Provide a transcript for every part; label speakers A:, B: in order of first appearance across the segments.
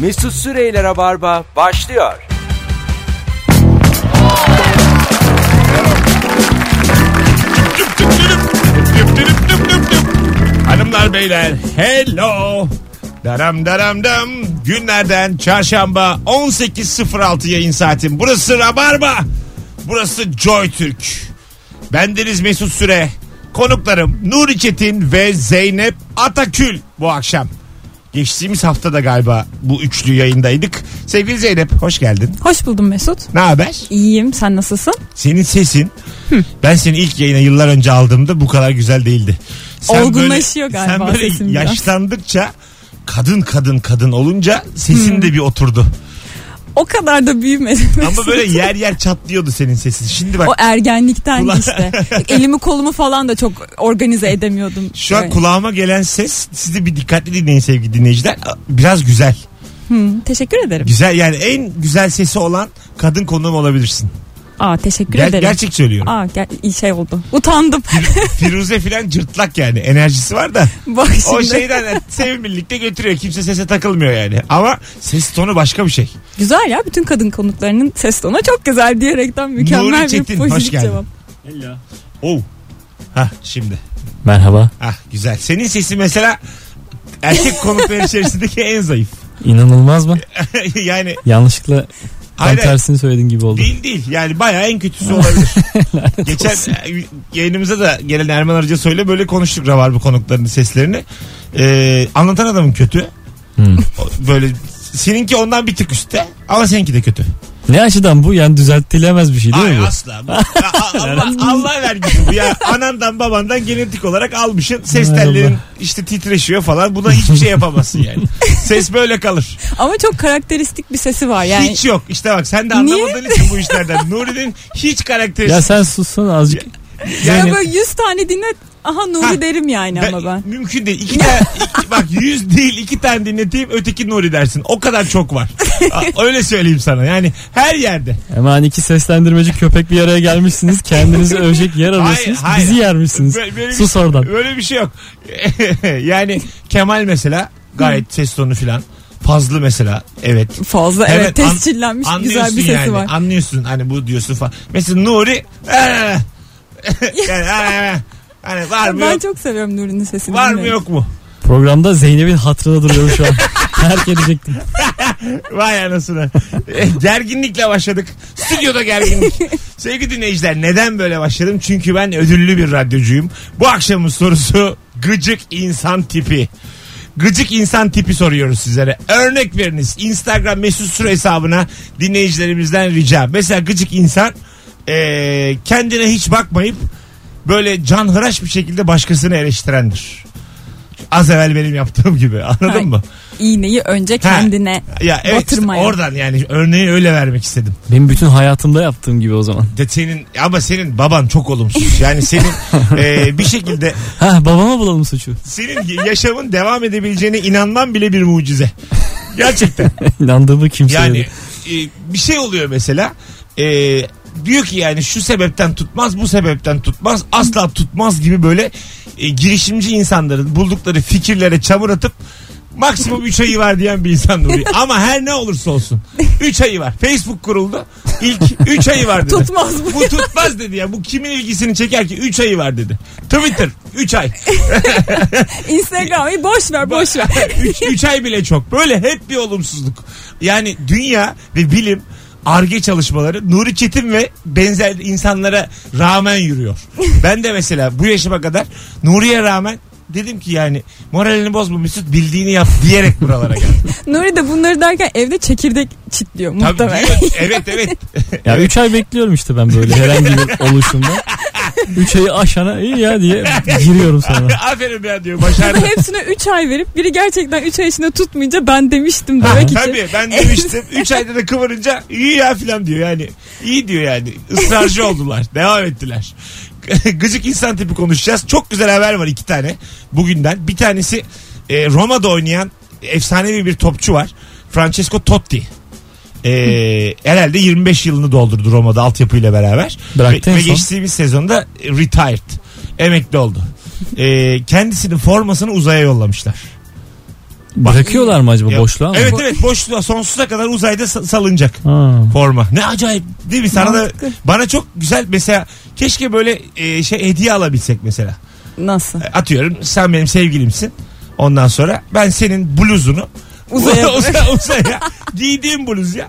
A: Mesut Süreyler'e barba başlıyor.
B: Düp düp düdüp, düp düdüp düp düp düp. Hanımlar beyler hello. Daram daram dam. Günlerden çarşamba 18.06 yayın saatim. Burası Rabarba. Burası Joy Türk. Bendeniz Mesut Süre. Konuklarım Nuri Çetin ve Zeynep Atakül bu akşam. Geçtiğimiz hafta da galiba bu üçlü yayındaydık. Sevgili Zeynep hoş geldin.
C: Hoş buldum Mesut.
B: Ne haber?
C: İyiyim. Sen nasılsın?
B: Senin sesin ben seni ilk yayına yıllar önce aldığımda bu kadar güzel değildi.
C: Olgunlaşıyor galiba
B: Sen böyle
C: sesin biraz.
B: yaşlandıkça kadın kadın kadın olunca sesin
C: Hmm.
B: de bir oturdu.
C: O kadar da büyümedim.
B: Ama böyle yer yer çatlıyordu senin sesin. Şimdi bak
C: o ergenlikten
B: Ulan.
C: işte. Elimi kolumu falan da çok organize edemiyordum.
B: şu an
C: Böyle.
B: kulağıma gelen ses sizi bir dikkatli dinleyin sevgili dinleyiciler. Biraz güzel.
C: Hı, teşekkür ederim.
B: Güzel yani en güzel sesi olan kadın konuğum olabilirsin.
C: Aa teşekkür
B: Ger-
C: ederim.
B: gerçek söylüyorum.
C: Aa gel- iyi şey oldu. Utandım.
B: Firuze filan cırtlak yani enerjisi var da.
C: Bak şimdi.
B: O şey- şeyden yani sevimlilikte götürüyor. Kimse sese takılmıyor yani. Ama ses tonu başka bir şey.
C: Güzel ya bütün kadın konuklarının ses tonu çok güzel diyerekten mükemmel
B: Nuri
C: bir
B: Çetin,
C: pozitif
B: hoş geldin.
C: cevap.
B: Oh. Hah şimdi.
D: Merhaba.
B: Ah güzel. Senin sesi mesela erkek konuklar içerisindeki en zayıf.
D: İnanılmaz mı?
B: yani
D: E, Yanlışlıkla tam
B: Hayır, hayır.
D: tersini söylediğin gibi oldu.
B: değil değil. Yani bayağı en kötüsü olabilir. Geçen e, yayınımıza da gelen Erman Arıca söyle böyle konuştuk Rabarba konuklarının seslerini. Ee, anlatan adamın kötü.
D: Hmm.
B: O- Böyle seninki ondan bir tık üstte ama seninki de kötü.
D: Ne açıdan bu? Yani düzeltilemez bir şey değil
B: Ay
D: mi bu?
B: asla. Bu- Allah, Allah vergisi bu ya. Anandan babandan genetik olarak almışsın. Ses
D: Hay
B: tellerin
D: Allah.
B: işte titreşiyor falan. Buna hiçbir şey yapamazsın yani. Ses böyle kalır.
C: Ama çok karakteristik bir sesi var yani.
B: Hiç yok. İşte bak sen de
C: Niye?
B: anlamadığın için bu işlerden. Nuri'nin hiç karakteri.
D: Ya sen sussun azıcık.
C: Ya
D: Zeynep.
C: böyle 100 tane dinle aha Nuri
B: Ha,
C: derim yani
B: Ben-
C: ama ben.
B: Mümkün değil. İki tane, iki- bak yüz değil iki tane dinleteyim öteki Nuri dersin. O kadar çok var. A- Öyle söyleyeyim sana. Yani her yerde.
D: Hemen iki seslendirmeci köpek bir araya gelmişsiniz. Kendinizi övecek yer
B: Hayır,
D: arıyorsunuz.
B: hayır.
D: Bizi yermişsiniz.
B: Böyle- böyle bir-
D: Sus oradan.
B: Öyle bir şey yok. yani Kemal mesela gayet ses tonu filan. Fazlı mesela evet.
C: Fazla evet,
B: an-
C: tescillenmiş güzel
B: anlıyorsun
C: bir sesi
B: yani.
C: var.
B: Anlıyorsun hani bu diyorsun falan. Mesela Nuri "Aa!" yani, "Aa!" hani var mı
C: ben
B: yok,
C: çok seviyorum Nuri'nin sesini.
B: var mı
C: dinlemeyi.
B: yok mu?
D: Programda Zeynep'in hatırına duruyorum şu an. Terk edecektim.
B: Vay anasını. E, Gerginlikle başladık. Stüdyoda gerginlik. Sevgili dinleyiciler neden böyle başladım? Çünkü ben ödüllü bir radyocuyum. Bu akşamın sorusu gıcık insan tipi. Gıcık insan tipi soruyoruz sizlere. Örnek veriniz. Instagram mesut süre hesabına dinleyicilerimizden rica. Mesela gıcık insan e, kendine hiç bakmayıp böyle canhıraş bir şekilde başkasını eleştirendir. Az evvel benim yaptığım gibi anladın
C: Ay.
B: mı?
C: İğneyi önce
B: Ha.
C: kendine
B: Ya evet işte
C: batırmaya.
B: oradan yani örneği öyle vermek istedim.
D: Benim bütün hayatımda yaptığım gibi o zaman.
B: De senin ama senin baban çok olumsuz. Yani senin e, bir şekilde
D: Ha babama bulalım suçu.
B: senin yaşamın devam edebileceğine inanman bile bir mucize. Gerçekten.
D: İnandığımı kimseye.
B: Yani
D: de.
B: e, bir şey oluyor mesela. E, diyor ki yani şu sebepten tutmaz, bu sebepten tutmaz, asla tutmaz gibi böyle e, girişimci insanların buldukları fikirlere çamur atıp maksimum 3 ayı var diyen bir insan duruyor. Ama her ne olursa olsun 3 ayı var. Facebook kuruldu. İlk 3 ayı var dedi.
C: Tutmaz bu.
B: Bu tutmaz dedi ya. Bu kimin ilgisini çeker ki? 3 ayı var dedi. Twitter 3 ay.
C: Instagram'ı boş ver boş ver.
B: 3 ay bile çok. Böyle hep bir olumsuzluk. Yani dünya ve bilim arge çalışmaları Nuri Çetin ve benzer insanlara rağmen yürüyor. Ben de mesela bu yaşıma kadar Nuri'ye rağmen dedim ki yani moralini bozma Mesut bildiğini yap diyerek buralara geldim.
C: Nuri de bunları derken evde çekirdek çitliyor
B: Tabii
C: muhtemelen.
B: diyor, evet evet.
D: Ya 3 ay bekliyorum işte ben böyle herhangi bir oluşumda. 3 ayı aşana iyi ya diye giriyorum sonra.
B: Aferin ya diyor başardı.
C: Ama hepsine 3 ay verip biri gerçekten 3 ay içinde tutmayınca ben demiştim demek için.
B: Tabii ben demiştim. 3 ayda da kıvırınca iyi ya filan diyor yani. İyi diyor yani. Israrcı oldular. Devam ettiler. Gıcık insan tipi konuşacağız. Çok güzel haber var iki tane bugünden. Bir tanesi e, Roma'da oynayan efsanevi bir topçu var. Francesco Totti. E, herhalde 25 yılını doldurdu Roma'da altyapıyla beraber.
D: Bıraktı
B: ve,
D: en
B: ve
D: son.
B: geçtiğimiz sezonda retired. Emekli oldu. E, kendisinin formasını uzaya yollamışlar.
D: Bırakıyorlar mı acaba
B: Ya-
D: boşluğa mı?
B: Evet evet boşluğa sonsuza kadar uzayda sa- salınacak.
D: Ha.
B: Forma. Ne acayip değil mi? Sana da
C: Mantıklı.
B: bana çok güzel mesela keşke böyle e, şey hediye alabilsek mesela.
C: Nasıl?
B: E, Atıyorum sen benim sevgilimsin. Ondan sonra ben senin bluzunu
C: Uzaya
B: uzaya, uzaya giydiğim bluz ya.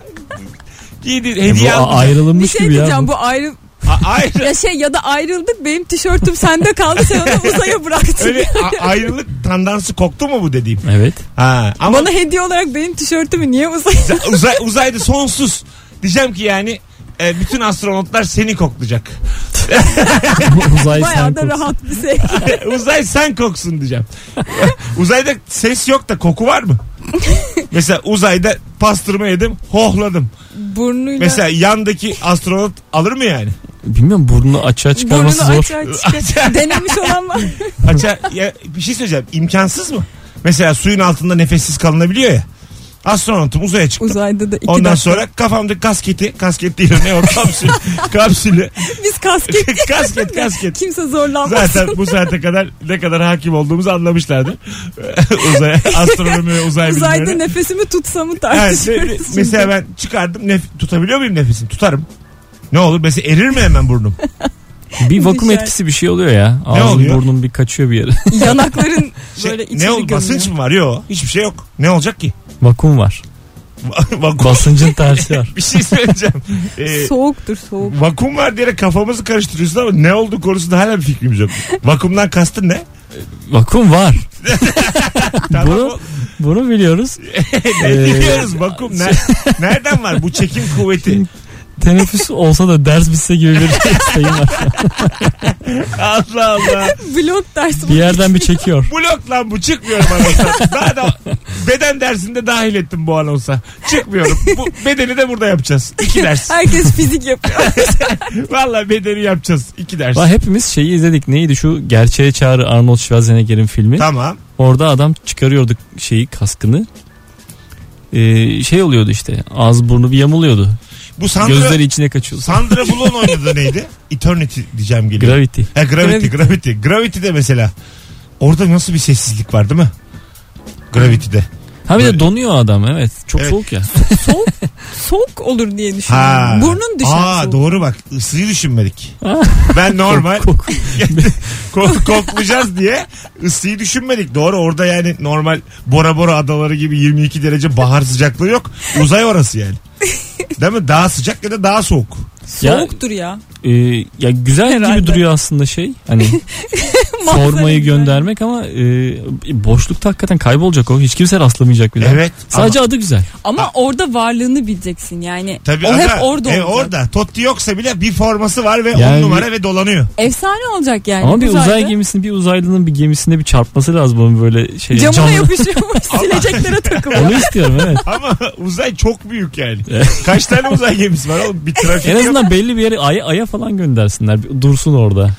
B: Giydiğin
D: E, Bu
B: hediye
D: a-
B: almışım.
C: Bir
D: ayrılılmış
C: şey
D: gibi ya.
C: diyeceğim
D: bu.
C: bu ayrı
B: A- ayrı.
C: ya şey ya da ayrıldık benim tişörtüm sende kaldı sen onu uzaya bıraktın.
B: Öyle a- ayrılık tandansı koktu mu bu dediğim?
D: Evet.
B: Ha, ama
C: Bana hediye olarak benim tişörtümü niye uzaya?
B: uzay, uzayda sonsuz. Diyeceğim ki yani e, bütün astronotlar seni koklayacak.
D: Uzay sen
C: Bayağı da
D: koksun.
C: rahat bir şey.
B: Uzay sen koksun diyeceğim. uzayda ses yok da koku var mı? Mesela uzayda pastırma yedim, hohladım.
C: Burnuyla
B: Mesela yandaki astronot alır mı yani?
D: Bilmiyorum burnunu açığa çıkarması
C: burnunu
D: zor.
C: açar çıkar. Denemiş olan var.
B: Haça, ya, bir şey söyleyeceğim. imkansız mı? Mesela suyun altında nefessiz kalınabiliyor ya. Astronotum uzaya çıktı.
C: Uzayda da iki
B: Ondan
C: dakika.
B: sonra kafamda kasketi, kasket değil ne o kapsül, kapsülü.
C: Biz kasket
B: kasket, kasket.
C: kimse zorlanmasın.
B: Zaten bu saate kadar ne kadar hakim olduğumuzu anlamışlardı. uzay, astronomi ve uzay
C: Uzayda
B: bilimleri.
C: nefesimi tutsamı
B: Yani
C: tartışıyoruz.
B: böyle-
C: şimdi.
B: şey, mesela ben çıkardım nef- tutabiliyor muyum nefesini? Tutarım. Ne olur mesela erir mi hemen burnum?
D: Bir vakum
C: Düşer.
D: etkisi bir şey oluyor ya. Ağzın
B: oluyor?
D: burnun bir kaçıyor bir yere.
C: yanakların
B: Şey,
C: böyle içeri
B: ne ol basınç
C: gömüyor.
B: mı var? Yok hiçbir şey yok. Ne olacak ki?
D: Vakum var.
B: Vakum.
D: Basıncın tersi var.
B: bir şey söyleyeceğim. Ee,
C: Soğuktur soğuk.
B: vakum var diyerek kafamızı karıştırıyorsun ama ne oldu konusunda hala bir fikrimiz yok. Vakumdan kastın ne?
D: Vakum var.
B: Tamam,
D: Bunu-
B: o-
D: Bunu biliyoruz.
B: ne diyoruz vakum? Ne, nereden var bu çekim kuvveti?
D: Teneffüs olsa da ders bitse gibi bir isteğim var.
B: Allah Allah.
C: Blok dersi
D: Bir yerden bir çekiyor.
B: Blok lan bu çıkmıyorum anonsa. Daha da beden dersinde dahil ettim bu anonsa. Çıkmıyorum. Bu bedeni de burada yapacağız. İki ders.
C: Herkes fizik yapıyor.
B: Valla bedeni yapacağız. İki ders.
D: Lan hepimiz şeyi izledik. Neydi şu Gerçeğe Çağrı Arnold Schwarzenegger'in filmi.
B: Tamam.
D: Orada adam çıkarıyorduk şeyi kaskını. Ee, şey oluyordu işte. Ağız burnu bir yamuluyordu.
B: Bu Sandra,
D: Gözleri içine kaçıyordu.
B: Sandra Bullock oynadı neydi? Eternity diyeceğim geliyor.
D: Gravity.
B: Ha, gravity,
C: Gravity.
B: gravity. Gravity'de mesela. Orada nasıl bir sessizlik var değil mi? Gravity'de.
D: Ha bir
B: Böyle-
D: de donuyor adam evet. Çok
B: Evet.
D: soğuk ya.
C: soğuk, soğuk olur diye düşünüyorum. Burnun düşer
B: Aa,
C: soğuk.
B: doğru bak ısıyı düşünmedik. ben normal
D: Kok-
B: Ko- koklayacağız diye ısıyı düşünmedik. Doğru orada yani normal Bora Bora adaları gibi 22 derece bahar sıcaklığı yok. Uzay orası yani. Değil mi? Daha sıcak ya da daha soğuk.
C: Soğuktur ya.
D: Ee, ya güzel
C: Herhalde.
D: gibi duruyor aslında şey. Hani
C: Manzara
D: formayı
C: güzel.
D: göndermek ama e, boşlukta hakikaten kaybolacak o. Hiç kimse rastlamayacak bile.
B: Evet.
D: Sadece adı güzel.
C: Ama orada varlığını bileceksin yani.
B: Tabii
C: o
B: ada-
C: hep orada
B: e,
C: olacak.
B: orada. Totti yoksa bile bir forması var ve on
D: Yani-
B: numara ve dolanıyor.
C: Efsane olacak yani.
D: Ama bir
C: Uzayda
D: uzay gemisinin bir uzaylının bir gemisinde bir çarpması lazım onun böyle şey.
C: Camına
D: camına.
C: yapışıyormuş sileceklere takılıyor.
D: Onu istiyorum evet.
B: Ama uzay çok büyük yani.
D: Evet.
B: Kaç tane uzay gemisi var oğlum? Bir trafik
D: En
B: yok.
D: azından belli bir yere aya, aya falan göndersinler. Bir Dursun orada.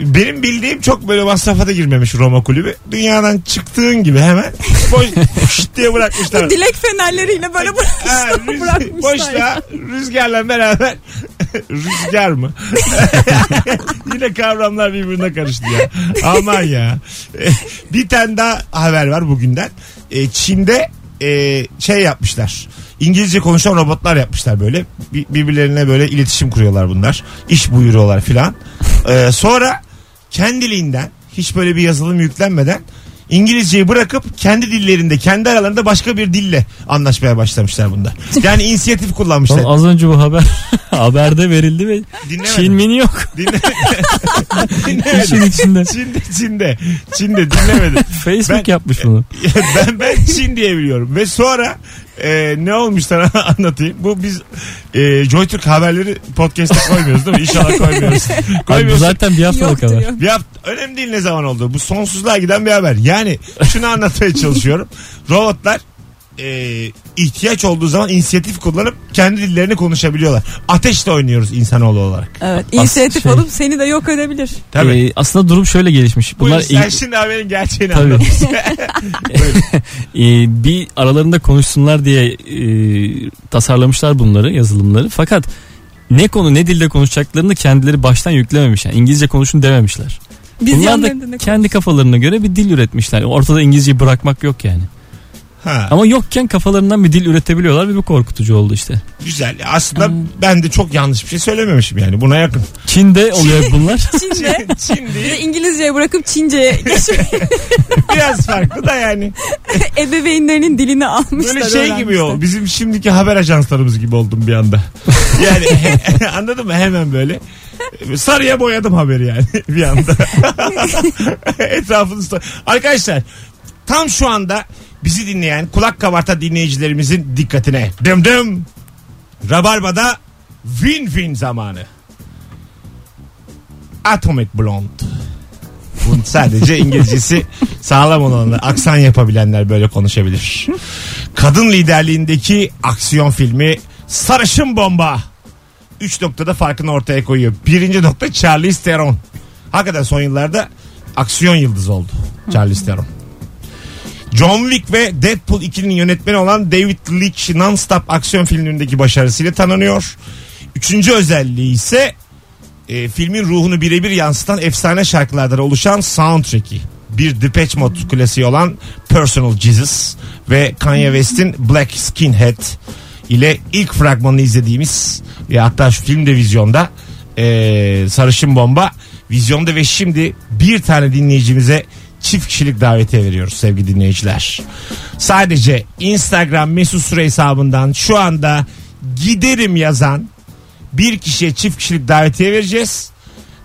B: Benim bildiğim çok böyle masrafa da girmemiş Roma kulübü. Dünyadan çıktığın gibi hemen boş şşt diye bırakmışlar.
C: Dilek fenerleriyle böyle
B: Ha,
C: bırakmışlar.
B: rüz-
C: bırakmışlar.
B: boşla rüzgarla beraber rüzgar mı? Yine kavramlar birbirine karıştı ya. Aman ya. Eh, Bir tane daha haber var bugünden. Eh, Çin'de eh, şey yapmışlar. İngilizce konuşan robotlar yapmışlar böyle. Bi- Birbirlerine böyle iletişim kuruyorlar bunlar. İş buyuruyorlar filan. Eh, Sonra kendiliğinden hiç böyle bir yazılım yüklenmeden İngilizceyi bırakıp kendi dillerinde kendi aralarında başka bir dille anlaşmaya başlamışlar bunda. Yani inisiyatif kullanmışlar.
D: Oğlum az önce bu haber haberde verildi ve
B: Dinlemedim.
D: Çin mini yok
B: Dinle... Dinlemedim.
D: işin içinde.
B: Çin'de, Çin'de, Çin'de dinlemedim.
D: Facebook
B: Ben-
D: yapmış bunu.
B: ben ben Çin diye biliyorum. Ve sonra e, ne olmuş sana anlatayım. Bu biz e, JoyTürk haberleri podcast'a koymuyoruz değil mi? İnşallah koymuyoruz.
D: Abi bu
B: koymuyoruz.
D: zaten bir haftalık
C: Yok
D: haber.
C: diyor.
B: Bir hafta- önemli değil ne zaman oldu. Bu sonsuzluğa giden bir haber. Yani şunu anlatmaya çalışıyorum. Robotlar e, ihtiyaç olduğu zaman inisiyatif kullanıp kendi dillerini konuşabiliyorlar. Ateşle oynuyoruz insanoğlu olarak.
C: Evet, inisiyatif
D: şey-
C: alıp seni de yok edebilir.
B: Tabii. şey
D: Ee, aslında durum şöyle gelişmiş.
B: Buyurun,
D: Bunlar
B: sen
D: İng-
B: şimdi haberin gerçeğini
D: Tabii.
B: anlat.
D: Ee, bir aralarında konuşsunlar diye e, tasarlamışlar bunları yazılımları fakat ne konu ne dilde konuşacaklarını kendileri baştan yüklememiş yani İngilizce konuşun dememişler.
C: Biz
D: Bunlar da
C: yanlarında ne
D: kendi kafalarına göre bir dil üretmişler. Ortada İngilizceyi bırakmak yok yani.
B: Ha,
D: Ama yokken kafalarından bir dil üretebiliyorlar ve bu korkutucu oldu işte.
B: güzel. Aslında ben de çok yanlış bir şey söylememişim yani. Buna yakın.
D: Çin'de oluyor bunlar.
C: Çince.
B: Çin
C: Bir de
B: değil.
C: İngilizceye bırakıp Çince'ye geçip
B: Biraz farklı da yani.
C: ebeveynlerinin dilini almışlar.
B: Böyle şey gibi
C: öğrenmişler.
B: o. Bizim şimdiki haber ajanslarımız gibi oldum bir anda. Yani anladın mı? Hemen böyle. Sarıya boyadım haberi yani bir anda. Etrafınızda. Arkadaşlar tam şu anda bizi dinleyen kulak kabarta dinleyicilerimizin dikkatine. Dım dım. Rabarba'da win-win zamanı. Atomic Blonde. Bunun sadece İngilizcesi sağlam olanlar, aksan yapabilenler böyle konuşabilir. Kadın liderliğindeki aksiyon filmi Sarışın Bomba. Üç noktada farkını ortaya koyuyor. Birinci nokta Charlize Theron. Hakikaten son yıllarda aksiyon yıldızı oldu Charlize Theron. John Wick ve Deadpool 2'nin yönetmeni olan David Leitch non-stop aksiyon filmlerindeki başarısıyla tanınıyor. Üçüncü özelliği ise e, filmin ruhunu birebir yansıtan efsane şarkılardan oluşan soundtrack'i. Bir Depeche Mode klasiği olan Personal Jesus ve Kanye West'in Black Skinhead ile ilk fragmanını izlediğimiz ve hatta şu film de vizyonda e, Sarışın Bomba vizyonda ve şimdi bir tane dinleyicimize çift kişilik davetiye veriyoruz sevgili dinleyiciler. Sadece Instagram mesut süre hesabından şu anda giderim yazan bir kişiye çift kişilik davetiye vereceğiz.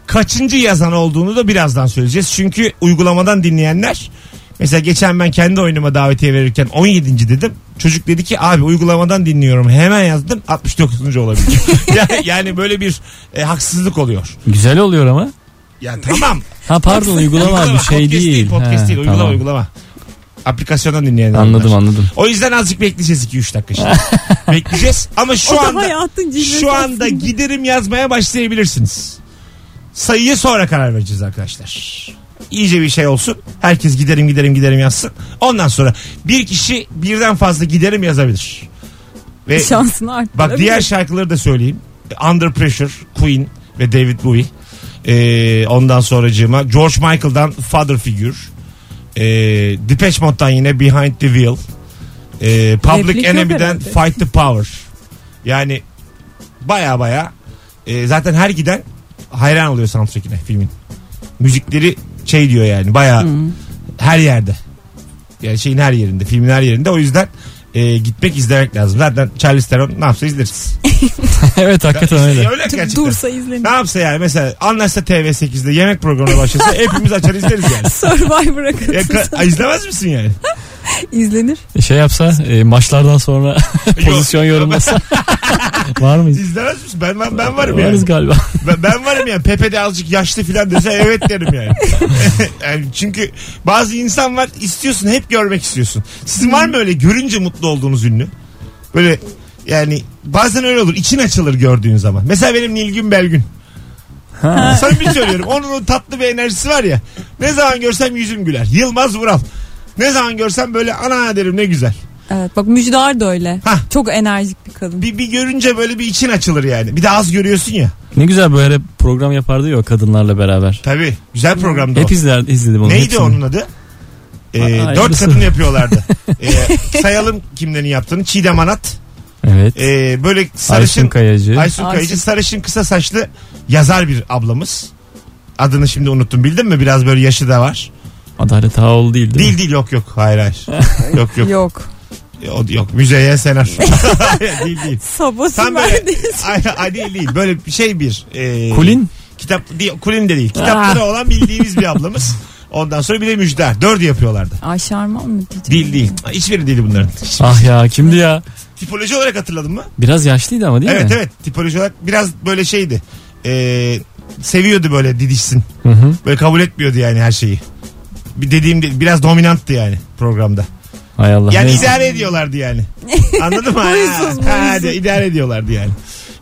B: Kaçıncı yazan olduğunu da birazdan söyleyeceğiz. Çünkü uygulamadan dinleyenler mesela geçen ben kendi oyunuma davetiye verirken 17. dedim. Çocuk dedi ki abi uygulamadan dinliyorum hemen yazdım 69. olabilir. yani, yani böyle bir e, haksızlık oluyor.
D: Güzel oluyor ama.
B: Ya tamam.
D: Ha pardon uygulama abi şey
B: podcast
D: değil.
B: Podcast
D: Ha,
B: değil uygulama
D: tamam.
B: uygulama. Aplikasyondan dinleyenler.
D: Anladım
B: bunlar.
D: anladım.
B: O yüzden azıcık bekleyeceğiz 2-3 dakika şimdi. bekleyeceğiz ama şu
C: o da
B: anda
C: hayatın cilvesi
B: şu anda
C: aslında.
B: giderim yazmaya başlayabilirsiniz. Sayıya sonra karar vereceğiz arkadaşlar. İyice bir şey olsun. Herkes giderim giderim giderim yazsın. Ondan sonra bir kişi birden fazla giderim yazabilir. Ve
C: şansını arttırabilir.
B: bak diğer şey şarkıları da söyleyeyim. Under Pressure, Queen ve David Bowie. Ee, ondan sonracığıma George Michael'dan Father Figure. Ee, Depeche Mode'dan yine Behind the Wheel. Ee, Public
C: Replik yok
B: Enemy'den
C: herhalde.
B: Fight the Power. Yani baya baya e, zaten her giden hayran oluyor soundtrack'ine filmin. Müzikleri şey diyor yani baya
C: Hmm.
B: her yerde. Yani şeyin her yerinde, filmin her yerinde. O yüzden e, gitmek izlemek lazım. Zaten Charlize Theron ne yapsa izleriz.
D: evet hakikaten öyle.
B: Öyle gerçekten.
C: Dursa
B: Ne
C: izlenir.
B: yapsa yani mesela anlaşsa TV8'de yemek programına başlasa hepimiz açar izleriz yani.
C: Survivor
B: Ya, ka- izlemez misin yani?
C: izlenir.
D: Şey yapsa e, maçlardan sonra pozisyon
B: Yok.
D: yorumlasa. Var mıyız?
B: İzlemez misin? Ben, ben, ben varım yani.
D: Varız galiba.
B: Ben, ben varım yani. Pepe de azıcık yaşlı filan dese evet derim yani. yani. Çünkü bazı insan var istiyorsun hep görmek istiyorsun. Sizin var mı öyle görünce mutlu olduğunuz ünlü? Böyle yani bazen öyle olur. için açılır gördüğün zaman. Mesela benim Nilgün Belgün.
D: Ha.
B: Sana bir söylüyorum. Onun o tatlı bir enerjisi var ya. Ne zaman görsem yüzüm güler. Yılmaz Vural. Ne zaman görsem böyle ana derim ne güzel.
C: Evet bak Müjdar da öyle.
B: Hah.
C: Çok enerjik bir kadın.
B: Bir, bir görünce böyle bir için açılır yani. Bir de az görüyorsun ya.
D: Ne güzel böyle program yapardı ya o kadınlarla beraber.
B: Tabii. Güzel programda o.
D: Hep izler, izledim onu.
B: Neydi
D: hepsini.
B: onun adı? Ee,
D: Aa,
B: dört
D: ayrısı.
B: kadın yapıyorlardı. Ee, sayalım kimlerin yaptığını. Çiğdem Anat.
D: Evet.
B: ee, böyle
D: Ayşun
B: sarışın.
D: Kayacı.
B: Aysun Kayıcı
C: Aysun.
B: sarışın kısa saçlı yazar bir ablamız. Adını şimdi unuttum bildin mi? Biraz böyle yaşı da var.
D: Adalet Ağaoğlu değil değil mi?
B: Değil değil yok yok. Hayır hayır. yok yok.
C: Yok.
B: O, yok müzeye senar. değil değil.
C: Sabası
B: Tam böyle
C: verdi.
B: ay, ay, değil değil. Böyle bir şey bir. ee,
D: Kulin. Ah.
B: Kitap, değil, kulin de değil. Kitapları olan bildiğimiz bir ablamız. Ondan sonra bir de müjder. Dördü yapıyorlardı.
C: Ay Şarman mı diyeceğim?
B: Değil değil. Hiçbiri değil bunların.
D: Ah ya kimdi ya?
B: Tipoloji olarak hatırladın mı?
D: Biraz yaşlıydı ama değil
B: evet
D: mi?
B: evet. Tipoloji olarak biraz böyle şeydi. Ee, seviyordu böyle didişsin.
D: Hı hı.
B: Böyle kabul etmiyordu yani her şeyi. Bir dediğim de- biraz dominanttı yani programda.
D: Hay Allah.
B: Yani
D: neyse.
B: idare ediyorlardı yani. Anladın mı? Ha,
C: Huysuz,
B: ha,
C: huysuz.
B: de- idare ediyorlardı yani.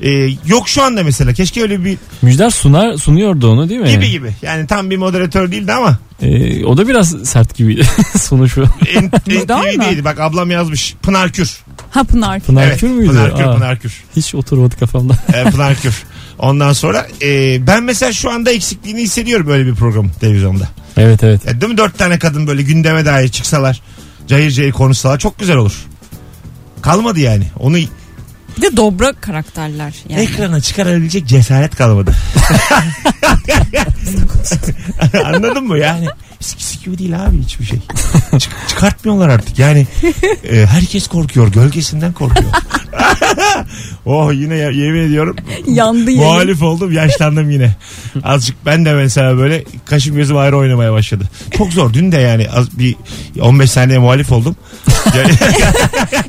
B: Ee, yok şu anda mesela. Keşke öyle bir
D: Müjdar sunar sunuyordu onu değil mi?
B: gibi gibi. Yani tam bir moderatör değildi ama
D: Ee, o da biraz sert gibiydi sunuşu.
B: en, en
C: Müjdar mı?
B: TV'deydi. Bak ablam yazmış. Pınar Kür.
C: Ha Pınar.
D: Pınar
B: evet.
D: Kür müydü?
B: Pınar Kür,
D: Aa,
B: Pınar Kür.
D: Hiç oturmadı kafamda.
B: e, Pınar Kür. Ondan sonra e, ben mesela şu anda eksikliğini hissediyorum böyle bir program televizyonda.
D: evet evet.
B: Ya, değil mi? Dört tane kadın böyle gündeme dair çıksalar. cayır cayır konuşsalar çok güzel olur. Kalmadı yani. Onu
C: Bir de dobra karakterler yani.
B: ekrana çıkarabilecek cesaret kalmadı. Anladın mı yani? Sikisi gibi değil abi hiçbir şey. Çık- çıkartmıyorlar artık yani. e, herkes korkuyor. Gölgesinden korkuyor. oh yine ya- yemin ediyorum
C: Yandı yayın.
B: Muhalif oldum yaşlandım yine. Azıcık ben de mesela böyle kaşım gözüm ayrı oynamaya başladı. Çok zor dün de yani az bir 15 saniye muhalif oldum. Ya-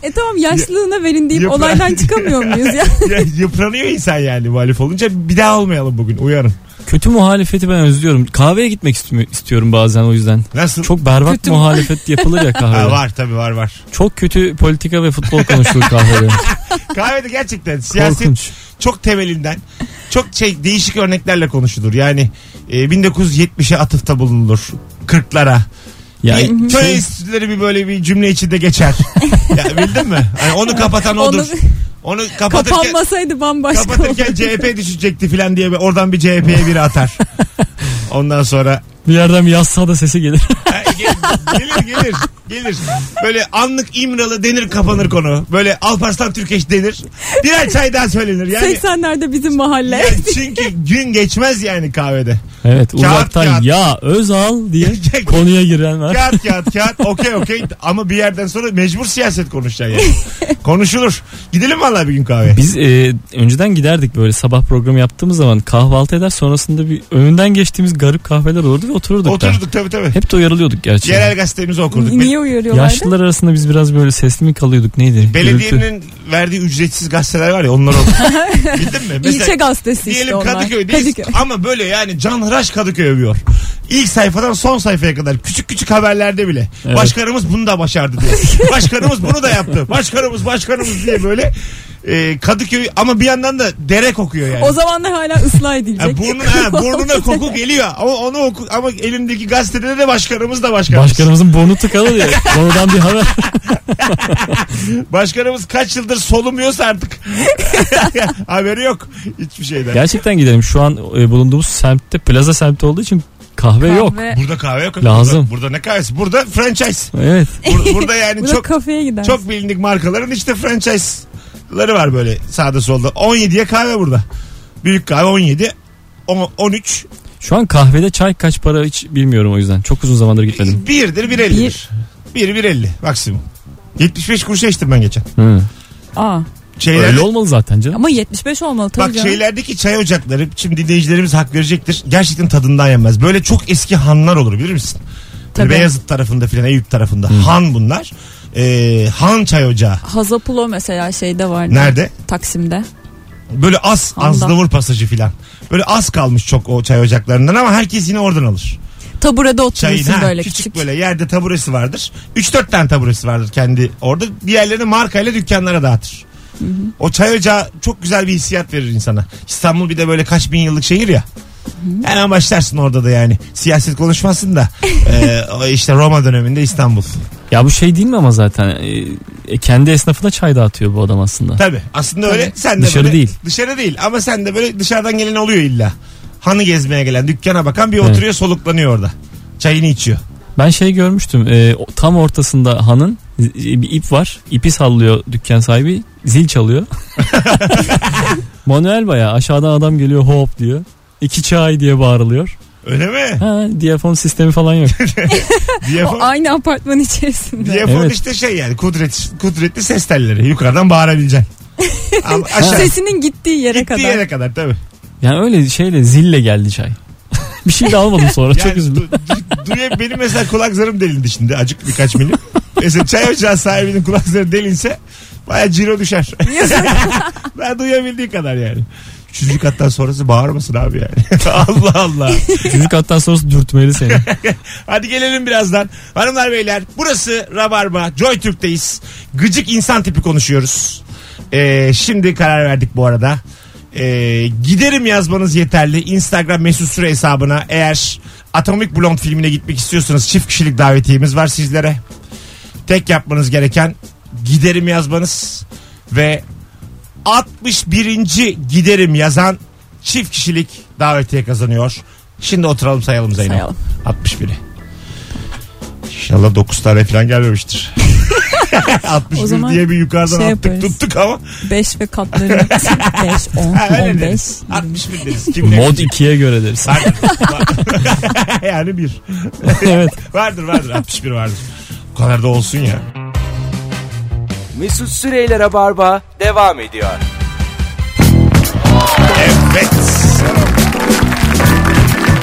C: E tamam yaşlılığına verin deyip
B: Yap-
C: olaydan çıkamıyor muyuz ya?
B: ya Yıpranıyor insan yani muhalif olunca bir daha olmayalım bugün uyarın.
D: Kötü muhalefeti ben özlüyorum. Kahveye gitmek istimi- istiyorum bazen o yüzden.
B: Nasıl?
D: Çok berbat
C: Kötü mu-
D: muhalefet yapılır ya
B: Ha,
D: kahvede.
B: var tabii var var.
D: Çok kötü politika ve futbol konuşulur kahvede.
B: Kahvede gerçekten siyaset
D: Korkunç.
B: çok temelinden çok şey değişik örneklerle konuşulur. Yani e, 1970'e atıfta bulunulur. 40'lara.
D: Ya şey-
B: Yani, köy enstitüleri bir böyle bir cümle içinde geçer. ya, bildin mi? Hani onu kapatan
C: Onu-
B: odur. Onu kapatırken,
C: Kapanmasaydı bambaşka olurdu.
B: kapatırken CHP düşecekti filan diye oradan bir CHP'ye biri atar. Ondan sonra
D: bir yerden bir yazsa da sesi gelir.
B: Ha, e, gel- gelir gelir gelir. Böyle anlık İmralı denir kapanır konu. Böyle Alparslan Türkeş denir. Birer çay daha söylenir. Yani,
C: 80'lerde bizim mahalle.
B: yani çünkü gün geçmez yani kahvede.
D: Evet uzaktan
B: kağıt. Şey-
D: ya Özal diye
B: Gerçek.
D: konuya giren var.
B: Kağıt kağıt kağıt okey okey ama bir yerden sonra mecbur siyaset konuşacaksın yani. Konuşulur. Gidelim vallahi bir gün kahve.
D: Biz e, önceden giderdik böyle sabah programı yaptığımız zaman kahvaltı eder sonrasında bir önünden geçtiğimiz garip kahveler olurdu ve otururduk, da.
B: Oturduk tabii tabii.
D: Hep şey. de uyarılıyorduk gerçi.
B: Yerel gazetemizi okurduk. Be-
C: Niye uyarıyorlardı?
D: Yaşlılar arasında biz biraz böyle sesli mi kalıyorduk neydi? Gürültü.
B: Belediyenin verdiği ücretsiz gazeteler var ya onları okuduk. Bildin mi?
C: İlçe gazetesi işte
B: Diyelim
C: onlar.
B: Kadıköy'deyiz ama böyle yani canhıraş Kadıköy övüyor. İlk sayfadan son sayfaya kadar küçük küçük haberlerde bile.
D: Evet.
B: Başkanımız bunu da başardı diye. başkanımız bunu da yaptı. Başkanımız başkanımız diye böyle e, Kadıköy ama bir yandan da dere kokuyor yani.
C: O zamanlar hala ıslah edilecek.
B: Ha, burnuna, ha, burnuna koku geliyor ama onu oku, ama elindeki gazetede de başkanımız da başkanımız.
D: Başkanımızın burnu tıkalı diye. Konudan bir haber.
B: Başkanımız kaç yıldır solumuyorsa artık haberi yok hiçbir şeyden.
D: Gerçekten gidelim. Şu an e, bulunduğumuz semtte plaza semti olduğu için kahve, yok.
C: Kahve.
B: Burada kahve yok.
D: Lazım.
B: Burada, burada ne kahvesi? Burada franchise.
D: Evet.
B: Bur- burada yani
C: Bu da
B: çok
C: kafeye gider.
B: çok bilindik markaların işte franchise'ları var böyle sağda solda. 17'ye kahve burada. Büyük kahve 17. o- 13.
D: Şu an kahvede çay kaç para hiç bilmiyorum o yüzden. Çok uzun zamandır gitmedim.
B: 1'dir 1.50'dir. 1 1.50 maksimum. 75 kuruşa içtim ben geçen.
D: Hı.
C: Aa,
B: Şeyler,
D: Öyle olmalı zaten canım.
C: ama 75 olmalı tabii
B: Bak
C: canım.
B: şeylerdeki çay ocakları şimdi dinleyicilerimiz hak verecektir. Gerçekten tadından yenmez. Böyle çok eski hanlar olur bilir misin? Böyle
C: Tabii.
B: Beyazıt tarafında filan Eyüp tarafında han bunlar. Ee, han çay ocağı.
C: Hazapulo mesela şeyde vardı.
B: Nerede?
C: Taksim'de.
B: Böyle az
C: Han'da.
B: Azdavur pasajı filan. Böyle az kalmış çok o çay ocaklarından ama herkes yine oradan alır.
C: Taburede
B: Çayın
C: oturursun
B: ha,
C: böyle
B: küçük,
C: küçük.
B: böyle yerde taburesi vardır. 3-4 tane taburesi vardır kendi orada. Diğerlerini markayla dükkanlara dağıtır. O çay ocağı çok güzel bir hissiyat verir insana. İstanbul bir de böyle kaç bin yıllık şehir ya. Hemen başlarsın orada da yani. Siyaset konuşmasın da. Ee, o işte Roma döneminde İstanbul.
D: Ya bu şey değil mi ama zaten? E, e, kendi esnafına çay dağıtıyor bu adam aslında.
B: Tabii. Aslında öyle. Sen de
D: Dışarı
B: böyle,
D: değil.
B: Dışarı değil. Ama sen de böyle dışarıdan gelen oluyor illa. Hanı gezmeye gelen, dükkana bakan bir
D: Evet.
B: oturuyor soluklanıyor orada. Çayını içiyor.
D: Ben şey görmüştüm. e, o- tam ortasında hanın e, bir ip var. İpi sallıyor dükkan sahibi. Zil çalıyor. Manuel bayağı aşağıdan adam geliyor hop diyor. İki çay diye bağırılıyor.
B: Öyle mi?
D: Ha, diyafon sistemi falan yok.
C: O
B: Diyafon,
C: aynı apartman içerisinde.
B: diyafon
D: Evet.
B: işte şey yani kudret, kudretli ses telleri. Yukarıdan bağırabileceksin. Ama aşağı
C: Sesinin gittiği yere
B: şey- gittiği
C: kadar.
B: yere kadar tabii.
D: Yani öyle şeyle zille geldi çay. bir şey de almadım sonra çok
B: Yani
D: üzüldüm.
B: du- du- duya- benim mesela kulak zarım delindi şimdi acık birkaç milim. mesela çay ocağı sahibinin kulak zarı delinse baya ciro düşer. ben duyabildiği kadar yani. Üçüncü kattan sonrası bağırmasın abi yani. Allah Allah.
D: Çocuk hatta sonrası dürtmeli seni.
B: Hadi gelelim birazdan. Hanımlar beyler burası Rabarba. Joy Türk'teyiz. Gıcık insan tipi konuşuyoruz. Ee, şimdi karar verdik bu arada. Ee, giderim yazmanız yeterli. Instagram mesut süre hesabına eğer Atomic Blonde filmine gitmek istiyorsanız çift kişilik davetiyemiz var sizlere. Tek yapmanız gereken giderim yazmanız ve 61. giderim yazan çift kişilik davetiye kazanıyor. Şimdi oturalım sayalım Zeynep.
C: Sayalım.
B: 61'i. İnşallah 9 tane falan gelmemiştir. 61
C: O zaman
B: diye bir yukarıdan
C: şey
B: attık
C: yaparız.
B: tuttuk ama.
C: 5 ve katlarını 5, 10,
B: Öyle
C: 15.
B: deriz. 61 deriz. Kim ne?
D: Mod 2'ye göre deriz.
B: Vardır. Var- yani bir.
D: evet.
B: Vardır vardır 61 vardır. Bu kadar da olsun ya.
A: Mesut Süreyler'e barba devam ediyor.
B: Evet.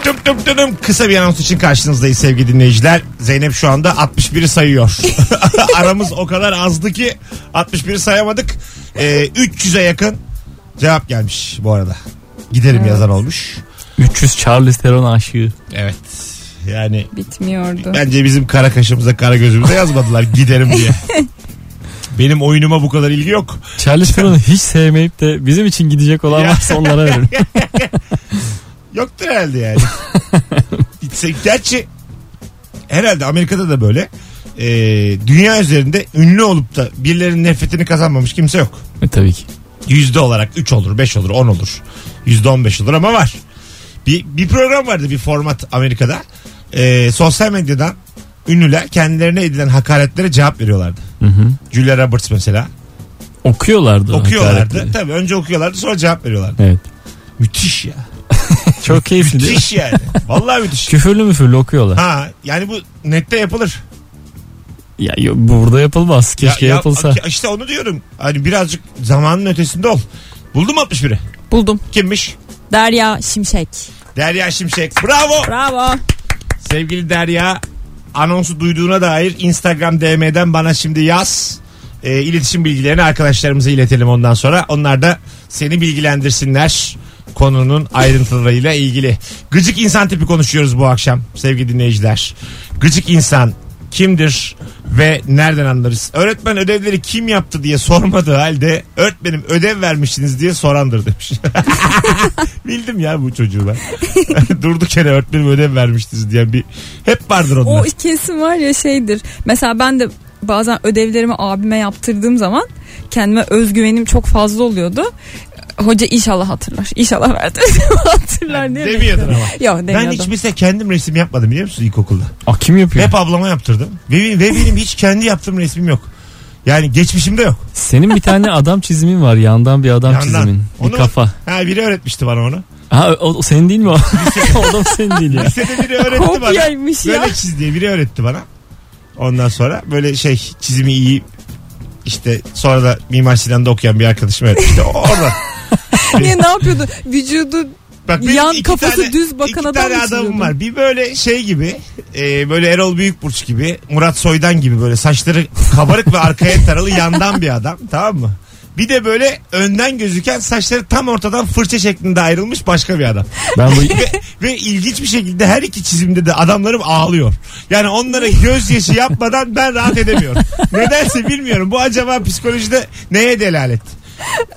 B: Tıp tıp tıdım. Kısa bir anons için karşınızdayız sevgili dinleyiciler. Zeynep şu anda 61'i sayıyor. Aramız o kadar azdı ki 61'i sayamadık. Ee, 300'e yakın cevap gelmiş bu arada. Giderim yazan olmuş.
D: 300 Charles Theron aşığı.
B: Evet. Yani
C: Bitmiyordu.
B: bence bizim kara kaşımıza kara gözümüze yazmadılar giderim diye. Benim oyunuma bu kadar ilgi yok.
D: Charles Theron'u hiç sevmeyip de bizim için gidecek olan
B: Ya.
D: varsa onlara veririm.
B: Yoktur herhalde yani. Gitse- Gerçi herhalde Amerika'da da böyle. Ee, dünya üzerinde ünlü olup da birilerinin nefretini kazanmamış kimse yok.
D: E, tabii ki.
B: Yüzde olarak 3 olur, 5 olur, 10 olur. Yüzde 15 olur ama var. Bir, bir program vardı bir format Amerika'da. Ee, sosyal medyadan ünlüler kendilerine edilen hakaretlere cevap veriyorlardı.
D: Hı hı.
B: Julia Roberts mesela.
D: Okuyorlardı.
B: Okuyorlardı.
D: hakaretleri.
B: Tabii önce okuyorlardı sonra cevap veriyorlardı.
D: Evet.
B: Müthiş ya.
D: Çok keyifli değil mi?
B: Müthiş yani. Vallahi müthiş.
D: Küfürlü müfürlü okuyorlar.
B: Ha yani bu nette yapılır.
D: Ya, yo- burada yapılmaz. Keşke
B: Ya- ya-
D: yapılsa.
B: işte onu diyorum. Hani birazcık zamanın ötesinde ol. Buldun mu 61'i?
C: Buldum.
B: Kimmiş?
C: Derya Şimşek.
B: Derya Şimşek. Bravo.
C: Bravo.
B: Sevgili Derya anonsu duyduğuna dair Instagram DM'den bana şimdi yaz. E, iletişim bilgilerini arkadaşlarımıza iletelim ondan sonra. Onlar da seni bilgilendirsinler konunun ayrıntılarıyla ilgili. Gıcık insan tipi konuşuyoruz bu akşam sevgili dinleyiciler. Gıcık insan kimdir ve nereden anlarız? Öğretmen ödevleri kim yaptı diye sormadığı halde öğretmenim ödev vermişsiniz diye sorandır demiş. Bildim ya bu çocuğu ben. Durduk yere öğretmenim ödev vermiştiniz diyen bir hep vardır onlar.
C: O kesin var ya şeydir. Mesela ben de bazen ödevlerimi abime yaptırdığım zaman kendime özgüvenim çok fazla oluyordu. Hoca inşallah hatırlar. İnşallah verdi. hatırlar diye.
B: Demiyordun ama.
C: Yok demiyordum.
B: Ben hiç mesela kendim resim yapmadım biliyor musun ilkokulda?
D: Aa, kim yapıyor?
B: Hep ablama yaptırdım. Ve, ve benim hiç kendi yaptığım resmim yok. Yani geçmişimde yok.
D: Senin bir tane adam çizimin var. Yandan bir adam
B: Yandan.
D: çizimin. Bir
B: Onu-
D: kafa.
B: Ha biri öğretmişti bana onu.
D: Ha, o, o senin değil mi o?
B: şey-
D: o da senin değil ya.
B: Lisede biri öğretti bana.
C: Kopyaymış ya.
B: Böyle çiz diye biri öğretti bana. Ondan sonra böyle şey çizimi iyi işte sonra da Mimar Sinan'da okuyan bir arkadaşım öğretmişti. Orada. şey-
C: Niye ne yapıyordu? Vücudu
B: Bak benim
C: Yan
B: iki
C: kafası düz bakan
B: iki
C: adam
B: tane
C: mı
B: adamım
C: çiziyordun?
B: var. Bir böyle şey gibi e, böyle Erol Büyükburç gibi Murat Soydan gibi böyle saçları kabarık ve arkaya taralı yandan bir adam tamam mı? Bir de böyle önden gözüken saçları tam ortadan fırça şeklinde ayrılmış başka bir adam.
D: Ben bu
B: ve, ve ilginç bir şekilde her iki çizimde de adamlarım ağlıyor. Yani onlara gözyaşı yapmadan ben rahat edemiyorum. Nedense bilmiyorum. Bu acaba psikolojide neye delalet?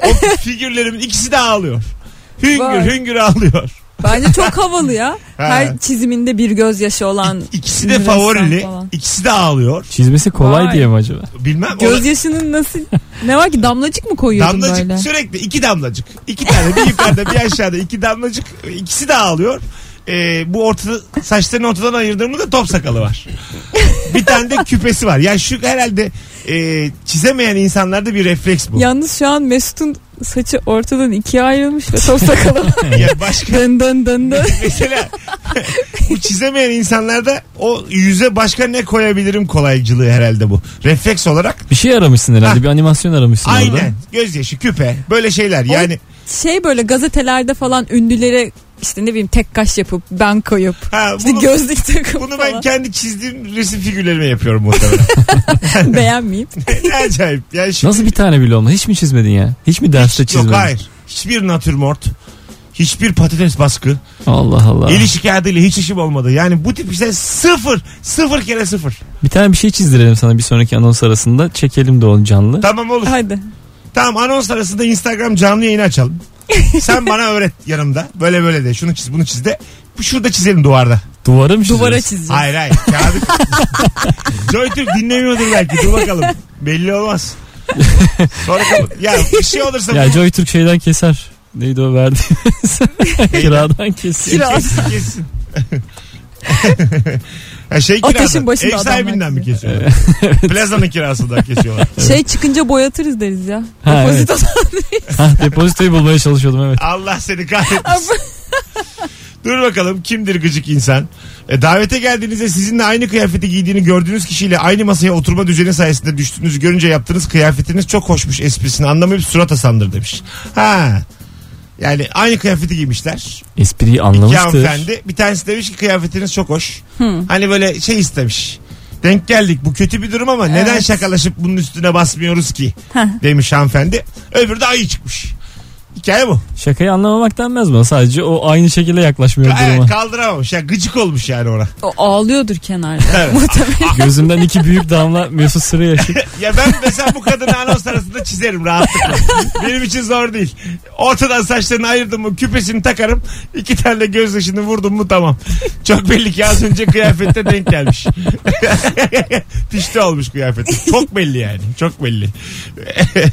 B: O figürlerimin ikisi de ağlıyor. Hüngür
C: Vay.
B: hüngür ağlıyor.
C: bence çok havalı ya.
B: Ha.
C: Her çiziminde bir gözyaşı olan.
B: İkisi de
C: ressam
B: favorili.
C: falan.
B: İkisi de ağlıyor.
D: çizmesi kolay
C: Vay.
D: diye mi acaba?
B: Bilmem. o-
C: Gözyaşının nasıl ne var ki damlacık mı koyuyordun
B: damlacık şey-
C: böyle?
B: sürekli iki damlacık. İki tane bir yukarıda bir aşağıda iki damlacık. İkisi de ağlıyor. Ee, bu ortada saçlarını ortadan ayırdığımda da top sakalı var. bir tane de küpesi var. Yani şu herhalde e, çizemeyen insanlarda bir refleks bu.
C: Yalnız şu an Mesut'un saçı ortadan ikiye ayrılmış ve top sakalı var.
B: Ya başka
C: dön dön dön dön.
B: mesela bu çizemeyen insanlarda o yüze başka ne koyabilirim kolaycılığı herhalde bu. Refleks olarak
D: Bir şey aramışsın herhalde.
B: Ha.
D: Bir animasyon aramışsın orada.
B: aynen gözyaşı küpe böyle şeyler yani
C: Şey böyle gazetelerde falan ünlülere işte ne bileyim tek kaş yapıp ben koyup
B: ha,
C: işte
B: bunu-
C: gözlük takıp
B: Bunu ben
C: falan
B: kendi çizdiğim resim figürlerime yapıyorum muhtemelen.
C: beğenmeyip.
B: ne acayip. Yani şimdi-
D: Nasıl bir tane bile olmaz? Hiç mi çizmedin ya? Hiç mi derste çizmedin?
B: Yok hayır. Hiçbir natürmort. Hiçbir patates baskı.
D: Allah Allah.
B: El işi kağıdıyla hiç işim olmadı. Yani bu tip işte sıfır. Sıfır kere sıfır.
D: Bir tane bir şey çizdirelim sana bir sonraki anons arasında. Çekelim de onu canlı.
B: Tamam olur.
C: Hadi.
B: Tamam anons arasında Instagram canlı yayını açalım. Sen bana öğret yanımda. Böyle böyle de. Şunu çiz bunu çiz de. Bu şurada çizelim duvarda.
D: Duvara mı çizeriz?
C: Duvara çizeceğiz.
B: Hayır hayır. Kağıdı. Joytürk dinlemiyordur belki. Dur bakalım. Belli olmaz. Sonra kapat- ya bir şey olursa
D: Ya Joy Türk şeyden keser. Neydi o verdiğimiz? Kiradan keser.
B: Kesin, kesin. Ha şey kiradan.
C: Ateşin başında
B: Ev
C: adamlar
B: sahibinden mi
C: kesiyor.
B: kesiyorlar? Plazanın kirasından kesiyorlar.
C: Şey çıkınca boyatırız deriz ya.
D: Ha,
C: Depozito
D: Hah, depozitoyu bulmaya çalışıyordum evet.
B: Allah seni kahretsin. Dur bakalım kimdir gıcık insan? E, davete geldiğinizde sizinle aynı kıyafeti giydiğini gördüğünüz kişiyle aynı masaya oturma düzeni sayesinde düştüğünüzü görünce yaptığınız kıyafetiniz çok hoşmuş esprisini anlamayıp surat asandır demiş. Ha. Yani aynı kıyafeti giymişler.
D: Espriyi
B: İki
D: anlamıştır.
B: hanımefendi. Bir tanesi demiş ki kıyafetiniz çok hoş. Hani böyle şey istemiş. Denk geldik bu kötü bir durum ama neden
C: Evet.
B: şakalaşıp bunun üstüne basmıyoruz ki demiş hanımefendi. Öbürü de ayı çıkmış. Hikaye bu.
D: Şakayı anlamamak denmez mi? Sadece o aynı şekilde yaklaşmıyor
B: Evet
D: duruma.
B: kaldıramamış. Ya gıcık olmuş yani ona.
C: O ağlıyordur kenarda.
B: Evet.
D: Gözümden iki büyük damla Mesut Süre yaşı.
B: ya ben mesela bu kadını anons arasında çizerim rahatlıkla. Benim için zor değil. Ortadan saçlarını ayırdım mı küpesini takarım. iki tane gözyaşını vurdum mu tamam. Çok belli ki az önce kıyafette denk gelmiş. Pişti olmuş kıyafeti. Çok belli yani. Çok belli.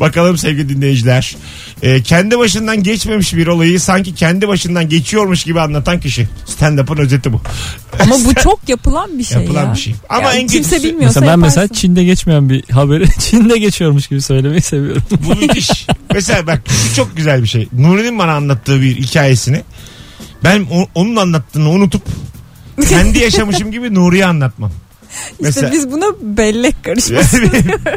B: Bakalım sevgili dinleyiciler. Ee, kendi başından geçmemiş bir olayı sanki kendi başından geçiyormuş gibi anlatan kişi. Stand-up'ın özeti bu.
C: Ama bu çok yapılan bir şey
B: Yapılan
C: ya.
B: bir şey. Ama
C: Yani
B: en
C: kimse
B: kötüsü-
C: bilmiyorsa
D: mesela ben mesela
C: yaparsın.
D: Çin'de geçmeyen bir haberi Çin'de geçiyormuş gibi söylemeyi seviyorum.
B: Bu müthiş. Mesela bak şu çok güzel bir şey. Nuri'nin bana anlattığı bir hikayesini ben o- onun anlattığını unutup kendi yaşamışım gibi Nuri'ye anlatmam. mesela-
C: İşte biz buna bellek karışması.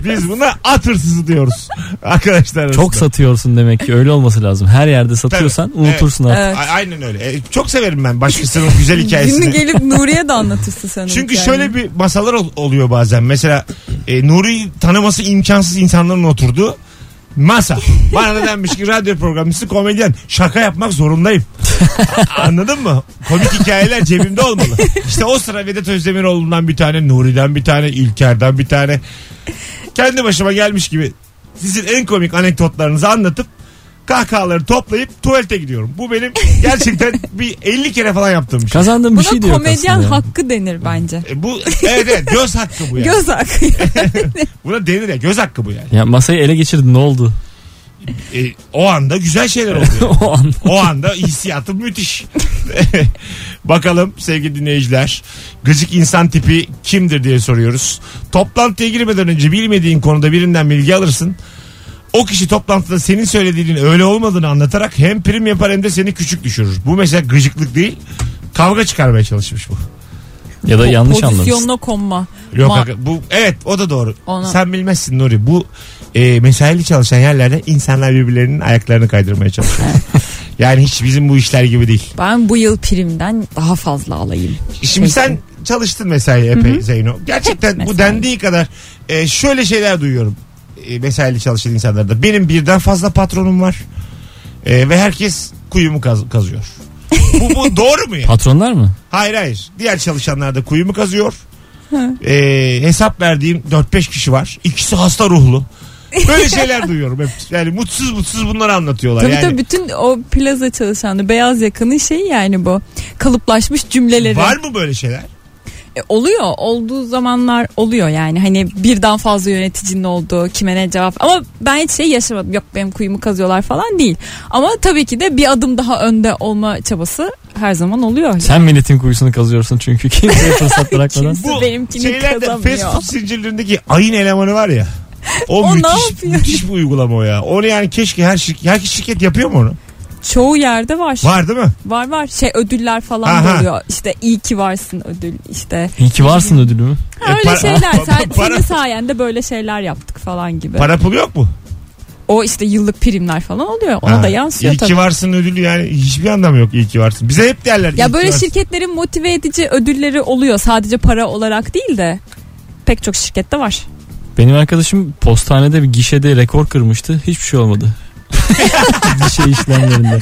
B: Biz buna at hırsızı diyoruz. Arkadaşlar arasında.
D: Çok satıyorsun demek ki öyle olması lazım. Her yerde satıyorsan
B: Tabii.
D: unutursun artık.
B: A-
C: evet.
B: Aynen öyle. E, çok severim ben başkasının güzel
C: Günü
B: hikayesini.
C: gelip Nuriye de anlatırsın sen. onu
B: Çünkü
C: yani.
B: şöyle bir masalar ol- oluyor bazen. Mesela e, Nuri'yi tanıması imkansız insanların oturduğu masa. Bana da denmiş ki radyo programcısı komedyen. Şaka yapmak zorundayım. A- Anladın mı? Komik hikayeler cebimde olmalı. İşte o sıra Vedat Özdemiroğlu'ndan bir tane, Nuri'den bir tane, İlker'den bir tane. Kendi başıma gelmiş gibi sizin en komik anekdotlarınızı anlatıp kahkahaları toplayıp tuvalete gidiyorum. Bu benim gerçekten bir 50 kere falan yaptığım bir şey.
D: Kazandığım bir
C: Buna
D: şey de yok
C: komedyen
D: aslında.
C: hakkı denir bence.
B: E Bu evet evet göz hakkı bu yani.
C: Göz hakkı.
B: Buna denir ya göz hakkı bu yani.
D: Ya masayı ele geçirdin ne oldu?
B: E, o anda güzel şeyler oluyor.
D: o an.
B: o anda hissiyatım müthiş. Bakalım sevgili dinleyiciler. Gıcık insan tipi kimdir diye soruyoruz. Toplantıya girmeden önce bilmediğin konuda birinden bilgi alırsın. O kişi toplantıda senin söylediğinin öyle olmadığını anlatarak hem prim yapar hem de seni küçük düşürür. Bu mesela gıcıklık değil. Kavga çıkarmaya çalışmış bu.
D: Ya da yanlış anlamışsın.
C: Pozisyonuna konma.
B: Yok
C: Ma-
B: hakikaten. bu evet o da doğru.
C: Ona-
B: Sen bilmezsin Nuri. Bu e, mesaili çalışan yerlerde insanlar birbirlerinin ayaklarını kaydırmaya çalışıyor. yani hiç bizim bu işler gibi değil.
C: Ben bu yıl primden daha fazla alayım.
B: Şimdi sen çalıştın mesai epey Zeyno. Gerçekten
C: Hep
B: bu
C: mesai.
B: dendiği kadar e, şöyle şeyler duyuyorum. E, mesaili çalışan insanlarda. Benim birden fazla patronum var. E, ve herkes kuyumu kaz- kazıyor. bu, bu doğru mu ya?
D: Patronlar mı?
B: Hayır hayır. Diğer çalışanlar da kuyumu kazıyor. Ee, hesap verdiğim 4-5 kişi var. İkisi hasta ruhlu. Böyle şeyler duyuyorum hep. Yani mutsuz mutsuz bunları anlatıyorlar.
C: Tabii
B: yani
C: tabii bütün o plaza çalışanı beyaz yakanın şeyi yani bu. Kalıplaşmış cümleleri.
B: Var mı böyle şeyler?
C: E, oluyor. Olduğu zamanlar oluyor yani. Hani birden fazla yöneticinin olduğu kime ne cevap. Ama ben hiç şey yaşamadım. Yok benim kuyumu kazıyorlar falan değil. Ama tabii ki de bir adım daha önde olma çabası her zaman oluyor.
D: Sen milletin kuyusunu kazıyorsun çünkü kimseye fırsat bırakmadan.
C: Kimse- benimkini kazamıyor.
B: fast food zincirlerindeki ayın elemanı var ya. O,
C: O ne
B: müthiş,
C: yapıyor?
B: müthiş bir uygulama o ya. Onu yani keşke her şirket, her şirket yapıyor mu onu?
C: Çoğu yerde var.
B: Var değil mi?
C: Var var. Şey ödüller falan
B: Aha.
C: da oluyor. İşte iyi ki varsın ödül işte.
D: İyi ki varsın ödülü mü?
C: Ha,
B: E,
C: öyle
B: para-
C: şeyler. Sen,
B: para-
C: senin sayende böyle şeyler yaptık falan gibi.
B: Para pul yok mu?
C: O işte yıllık primler falan oluyor. Ona
B: Ha,
C: da yansıyor
B: İyi
C: tabii.
B: ki varsın ödülü yani hiçbir anlamı yok iyi ki varsın. Bize hep derler. iyi ki
C: Ya böyle
B: varsın.
C: şirketlerin motive edici ödülleri oluyor. Sadece para olarak değil de pek çok şirkette var.
D: Benim arkadaşım postanede bir gişede rekor kırmıştı. Hiçbir şey olmadı. Gişe işlemlerinde.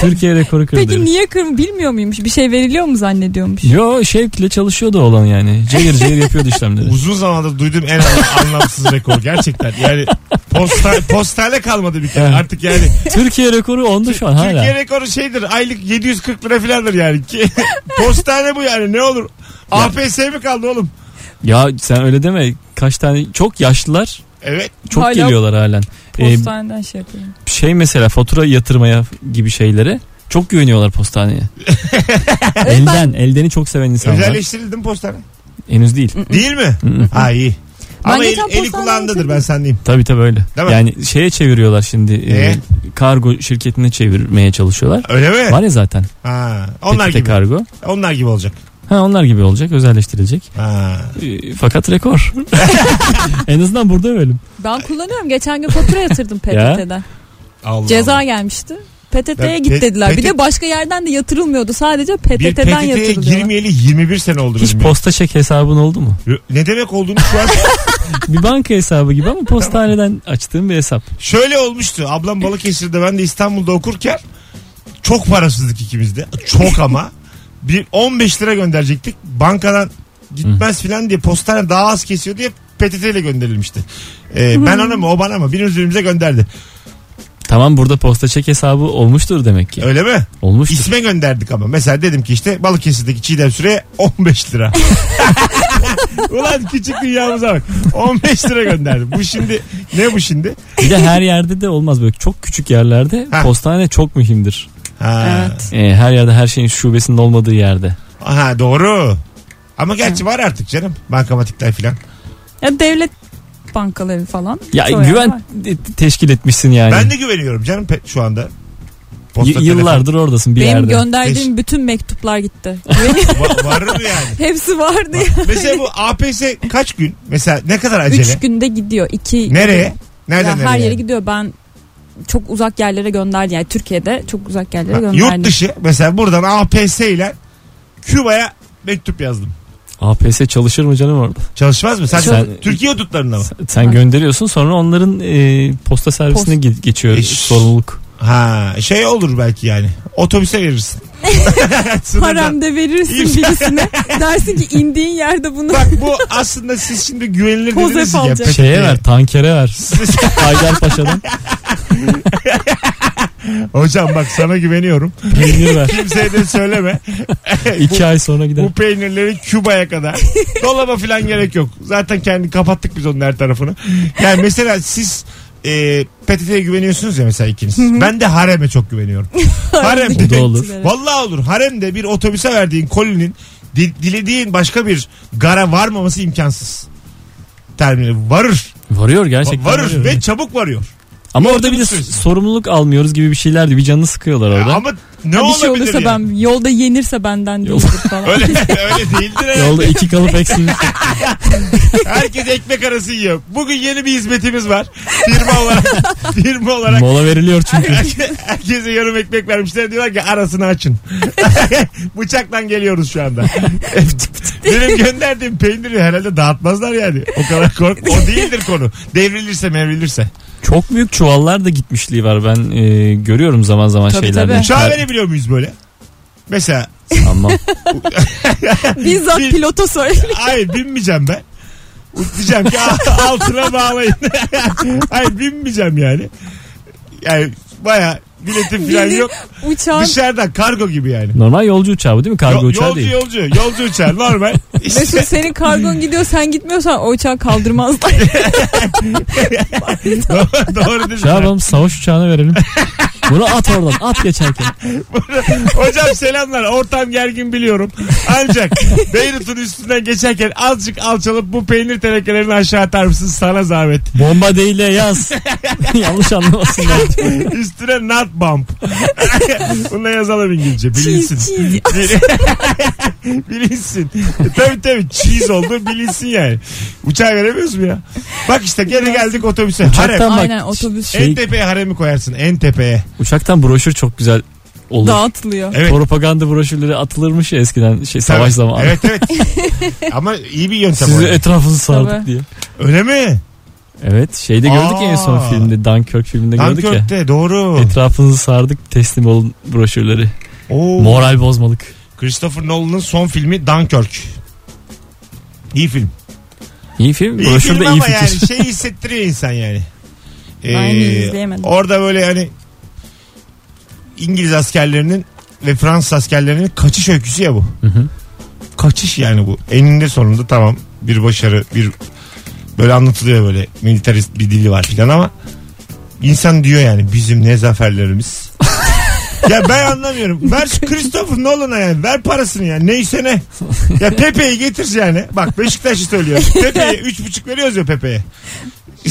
D: Türkiye rekoru kırdı.
C: Peki niye kırm bilmiyor muymuş? Bir şey veriliyor mu zannediyormuş?
D: Yo şevkle çalışıyordu olan yani. Cayır cayır yapıyordu işlemleri.
B: Uzun zamandır duyduğum en anlam- anlamsız rekor gerçekten. Yani posta, postale kalmadı bir kere
D: Evet.
B: artık yani.
D: Türkiye rekoru onda şu an hala.
B: Türkiye rekoru şeydir aylık 740 lira filandır yani. Ki, postane bu yani ne olur. APS mi kaldı oğlum?
D: Ya sen öyle deme. Kaç tane çok yaşlılar
B: Evet.
D: çok
C: Hala-
B: E,
D: geliyorlar halen. Ee,
C: Postaneden şey yapıyor.
D: şey mesela fatura yatırmaya gibi şeylere Çok güveniyorlar postaneye. elden, eldeni çok seven insanlar.
B: Özelleştirildi mi postane?
D: Henüz değil.
B: Değil mi? ha iyi.
C: Ben
B: Ama el,
C: geçen
B: eli
C: postaneye
B: kulağındadır
C: gittim.
B: ben sen diyeyim.
D: Tabii tabii öyle.
B: Değil mi?
D: Yani şeye çeviriyorlar şimdi. e,
B: Neye?
D: kargo şirketine çevirmeye çalışıyorlar.
B: Öyle mi?
D: Var ya zaten.
B: Ha, onlar
D: Petite
B: gibi.
D: kargo.
B: Onlar gibi olacak.
D: Ha onlar gibi olacak, özelleştirilecek.
B: Ha.
D: E, fakat rekor. en azından burada övelim.
C: Ben kullanıyorum. Geçen gün fatura yatırdım
D: Ya.
C: PTT'den.
B: Allah
C: Ceza gelmişti. PTT'ye
B: Ben
C: git
B: pe-
C: dediler. Bir
B: peki-
C: de başka yerden de yatırılmıyordu. Sadece
B: Bir
C: PTT'den
B: PTT'ye
C: yatırılıyordu.
B: girmeyeli 21 sene oldu.
D: Hiç
B: benim.
D: posta çek hesabın oldu mu?
B: ne demek olduğunu şu an
D: Bir banka hesabı gibi ama postaneden açtığım bir hesap.
B: Şöyle olmuştu. Ablam Balıkesir'de ben de İstanbul'da okurken çok parasızlık ikimizde. Çok ama. Bir 15 lira gönderecektik. Bankadan gitmez filan diye postane daha az kesiyordu diye PTT ile gönderilmişti. Ee, ben ona mı o bana mı birimiz birbirimize gönderdi.
D: Tamam burada posta çek hesabı olmuştur demek ki.
B: Öyle mi?
D: Olmuştur.
B: İsme gönderdik ama. Mesela dedim ki işte Balıkesir'deki Çiğdem Süre'ye 15 lira. Ulan küçük dünyamıza bak. 15 lira gönderdim. Bu şimdi ne bu şimdi?
D: Bir de her yerde de olmaz böyle çok küçük yerlerde
B: Ha.
D: postane çok mühimdir.
B: Ha.
C: Evet.
D: E, her yerde her şeyin şubesinin olmadığı yerde.
B: Aha doğru. Ama gerçi var artık canım. Bankamatikler filan.
C: Ya devlet bankaları falan.
D: Ya
C: Çoğu yer var.
D: güven te- teşkil etmişsin yani.
B: Ben de güveniyorum canım pe- şu anda.
D: Y-
B: Posta,
D: yıllardır oradasın bir
C: Benim
D: yerde.
C: gönderdiğim bütün mektuplar gitti. Benim
B: telefon. Va- var mı yani?
C: hepsi vardı ya.
B: Mesela bu APS kaç gün? Mesela ne kadar acele?
C: Üç günde gidiyor. iki
B: Nereye?
C: Ya
B: Nereden nereye?
C: her yere
B: yani?
C: gidiyor. Ben çok uzak yerlere gönderdim. Yani Türkiye'de çok uzak yerlere
B: Ha,
C: gönderdim.
B: Yurt dışı mesela buradan APS ile Küba'ya mektup yazdım.
D: APS çalışır mı canım orada?
B: Çalışmaz mı? Sen,
D: Sen-
B: Türkiye hudutlarına mı?
D: Sen- Sen gönderiyorsun sonra onların e, posta servisine ge- geçiyor
B: Eş.
D: sorumluluk.
B: Ha şey olur belki yani. Otobüse verirsin. Sınırdan-
C: Haremde verirsin birisine. dersin ki indiğin yerde bunu.
B: Bak bu aslında siz şimdi güvenilir
C: Kozep
B: dediniz ya.
C: alacak.
B: PTT.
D: Şeye ver, tankere ver. Haydarpaşa'dan
B: Hocam bak sana güveniyorum.
D: peynir ver.
B: Kimseye de söyleme.
D: İki ay sonra gider.
B: Bu peynirleri Küba'ya kadar. Dolaba falan gerek yok. Zaten kendi kapattık biz onun her tarafını. Yani mesela siz e, PTT'ye güveniyorsunuz ya mesela ikiniz. ben de hareme çok güveniyorum.
D: Bu da
B: haremde.
D: olur.
B: Vallahi olur. Haremde bir otobüse verdiğin kolinin di- dilediğin başka bir gara varmaması imkansız. Terminal varır.
D: Varıyor gerçekten.
B: Va- varır
D: varıyor.
B: ve çabuk varıyor.
D: Ama orada bir de
B: Yolculuk süresi.
D: sorumluluk almıyoruz gibi bir şeylerdi. Bir canını sıkıyorlar orada.
B: Ama ne
C: bir
B: olabilir
C: şey olursa
B: yani?
C: ben yolda yenirse benden
D: Yol-
C: değildir falan.
B: Öyle, öyle değildir herhalde.
D: Yolda iki kalıp eksilmiş.
B: Herkes ekmek arası yiyor. Bugün yeni bir hizmetimiz var. Firma olarak. Firma olarak.
D: Mola veriliyor çünkü.
B: Herkese yarım ekmek vermişler. Diyorlar ki arasını açın. Bıçakla geliyoruz şu anda. Benim gönderdiğim peyniri herhalde dağıtmazlar yani. O kadar kork. O değildir konu. Devrilirse mevrilirse.
D: Çok büyük çuvallar da gitmişliği var. Ben e, görüyorum zaman zaman
C: Tabii,
D: şeylerde.
C: tabii.
B: Uçağa verebiliyor muyuz böyle? Mesela
D: Tamam.
C: Bizzat
B: Bir-
C: pilota söyle.
B: ay binmeyeceğim ben. Diyeceğim ki "Al- altına bağlayın. ay binmeyeceğim yani. Yani baya biletim falan yok. şey-
C: Uçağın
B: Dışarıdan kargo gibi yani.
D: Normal yolcu uçağı bu değil mi? Kargo
B: Yo-
D: uçağı
B: yolcu,
D: değil.
B: yolcu yolcu uçağı normal.
C: Mesut senin kargon gidiyor sen gitmiyorsan o uçağı kaldırmazlar.
B: doğru, doğru dedin.
D: Şey yapalım savaş uçağına verelim. Bunu at oradan at geçerken.
B: Hocam selamlar. Ortam gergin biliyorum. Ancak Beyrut'un üstünden geçerken azıcık alçalıp bu peynir tenekelerini aşağı atar mısın? Sana zahmet.
D: Bomba değil de yaz. Yanlış anlamasınlar.
B: Üstüne nut bump. Bunu yazalım İngilizce.
C: Cheese,
B: Bilinsin.
C: cheese.
B: bilinsin. Tabii tabii cheese oldu bilinsin yani. Uçağa veremiyoruz mu ya? Bak işte geri geldik otobüse. Harem.
D: Uçaktan bak.
C: Aynen, otobüs.
D: Şey,
B: En tepeye haremi koyarsın. En tepeye.
D: uçaktan broşür çok güzel olur.
C: Dağıtılıyor.
B: Evet.
D: Propaganda broşürleri atılırmış ya eskiden şey savaş
B: Tabii.
D: zamanı.
B: Evet evet. Ama iyi bir yöntem.
D: Sizi
B: o.
D: etrafınızı sardık
C: Tabii.
D: diye.
B: Öyle mi?
D: Evet şeyde gördük ya en
B: Aa.
D: son filmde Dunkirk filminde gördük ya.
B: Dunkirk'te doğru.
D: Etrafınızı sardık teslim olun broşürleri.
B: Oo.
D: Moral bozmalık.
B: Christopher Nolan'ın son filmi Dunkirk. İyi film.
D: İyi film.
B: İyi
D: Broşür
B: film
D: de iyi
B: ama
D: fikir.
B: yani şey hissettiriyor insan yani. Ee,
C: Ben izleyemedim.
B: Orada böyle hani İngiliz askerlerinin ve Fransız askerlerinin kaçış öyküsü ya bu.
D: Hı hı.
B: Kaçış yani bu. Eninde sonunda tamam bir başarı bir böyle anlatılıyor böyle militarist bir dili var filan ama insan diyor yani bizim ne zaferlerimiz ya ben anlamıyorum. Ver şu Christopher Nolan'a yani. Ver parasını yani. Neyse ne. Ya Pepe'yi getir yani. Bak Beşiktaş'ı söylüyor. Pepe'ye üç buçuk veriyoruz ya Pepe'ye.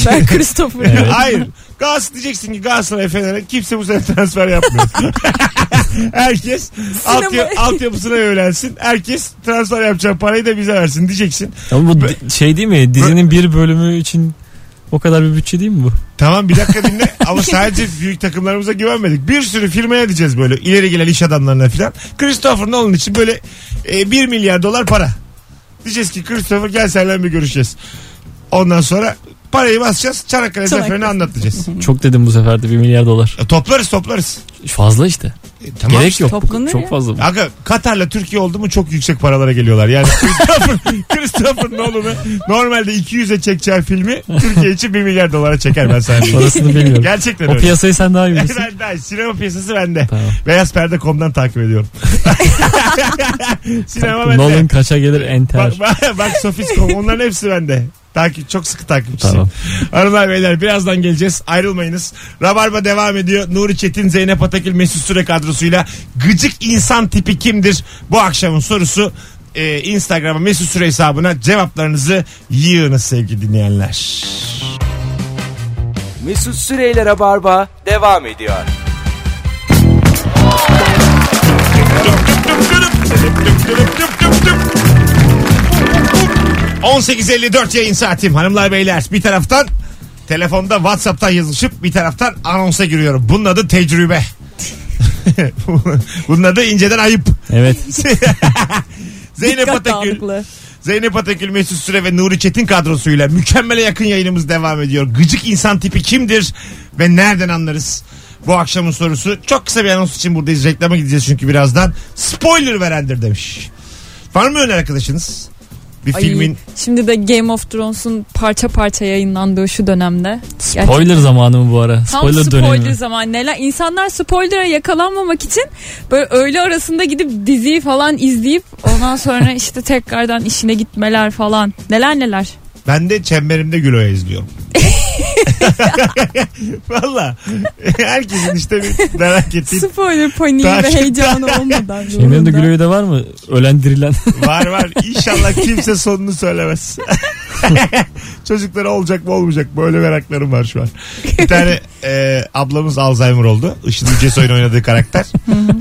C: Ben Christopher.
D: Evet.
B: Hayır. Galatasaray diyeceksin ki Galatasaray Fener'e kimse bu sene transfer yapmıyor. Herkes
C: Sinema-
B: altyapı, altyapısına yönelsin. Herkes transfer yapacağı parayı da bize versin diyeceksin.
D: Ama bu di- şey değil mi? Dizinin bir bölümü için o kadar bir bütçe değil mi bu?
B: Tamam bir dakika dinle ama sadece büyük takımlarımıza güvenmedik. Bir sürü firmaya diyeceğiz böyle ileri gelen iş adamlarına filan. Christopher Nolan için böyle e, 1 milyar dolar para. Diyeceğiz ki Christopher gel seninle bir görüşeceğiz. Ondan sonra parayı basacağız. Çanakkale
C: Çanakkale.
B: Zaferi'ni anlatacağız.
D: Çok dedim bu sefer de 1 milyar dolar.
B: E, toplarız toplarız.
D: Fazla işte.
B: E, tamam.
D: Gerek yok.
C: Toplanır ya.
D: Çok fazla. bu.
B: Aga Katar'la Türkiye oldu mu çok yüksek paralara geliyorlar. Yani Christopher, Christopher Nolan'ı normalde 200'e çekeceği filmi Türkiye için 1 milyar dolara çeker ben sana. diyeyim.
D: Parasını bilmiyorum.
B: Gerçekten
D: o
B: öyle.
D: piyasayı sen daha iyi bilirsin.
B: ben de, sinema piyasası bende.
D: tamam.
B: Beyazperde.com'dan takip ediyorum. Sinema bende.
D: Nolan kaça gelir
B: Bak,
D: enter.
B: bak, bak Sofis.com onların hepsi bende. Takip, çok sıkı takipçisiyim.
D: Tamam.
B: Hanımlar beyler birazdan geleceğiz. Ayrılmayınız. Rabarba devam ediyor. Nuri Çetin, Zeynep Atakil, Mesut Süre kadrosuyla gıcık insan tipi kimdir? Bu akşamın sorusu e, Instagram'a Mesut Süre hesabına cevaplarınızı yığınız sevgili dinleyenler.
A: Mesut Süreyler'e barba devam ediyor.
B: Düp düp düp düp düp düp düp. 18.54 yayın saatim hanımlar beyler bir taraftan telefonda Whatsapp'tan yazışıp bir taraftan anonsa giriyorum. Bunun adı tecrübe. Bunun adı inceden ayıp.
D: Evet.
B: Zeynep
C: Dikkat
B: Atakül,
C: dağınıklığı.
B: Zeynep Atakül, Mesut Süre ve Nuri Çetin kadrosuyla mükemmele yakın yayınımız devam ediyor. Gıcık insan tipi kimdir ve nereden anlarız? Bu akşamın sorusu çok kısa bir anons için buradayız. Reklama gideceğiz çünkü birazdan. Spoiler verendir demiş. Var mı öyle arkadaşınız? Bir
C: Ay,
B: filmin
C: Şimdi de Game of Thrones'un parça parça yayınlandığı şu dönemde. Gerçekten
D: Spoiler zamanı mı bu ara?
C: Tam
D: Spoiler,
C: spoiler,
D: dönemi. mi?
C: zaman neler insanlar spoiler'a yakalanmamak için böyle öğle arasında gidip diziyi falan izleyip ondan sonra işte tekrardan işine gitmeler falan neler neler.
B: ben de çemberimde Gülo'ya izliyorum. Valla herkesin işte bir merak ettiği
C: Spoiler paniği ve
B: Takip-
C: heyecanı olmadan.
D: Benim de
C: zorunda.
D: Gülo'yu da var mı? Ölen dirilen.
B: Var var. İnşallah kimse sonunu söylemez. Çocuklara olacak mı olmayacak mı? Böyle meraklarım var şu an. Bir tane e, ablamız Alzheimer oldu. Işıl Yücesoy'un oynadığı karakter.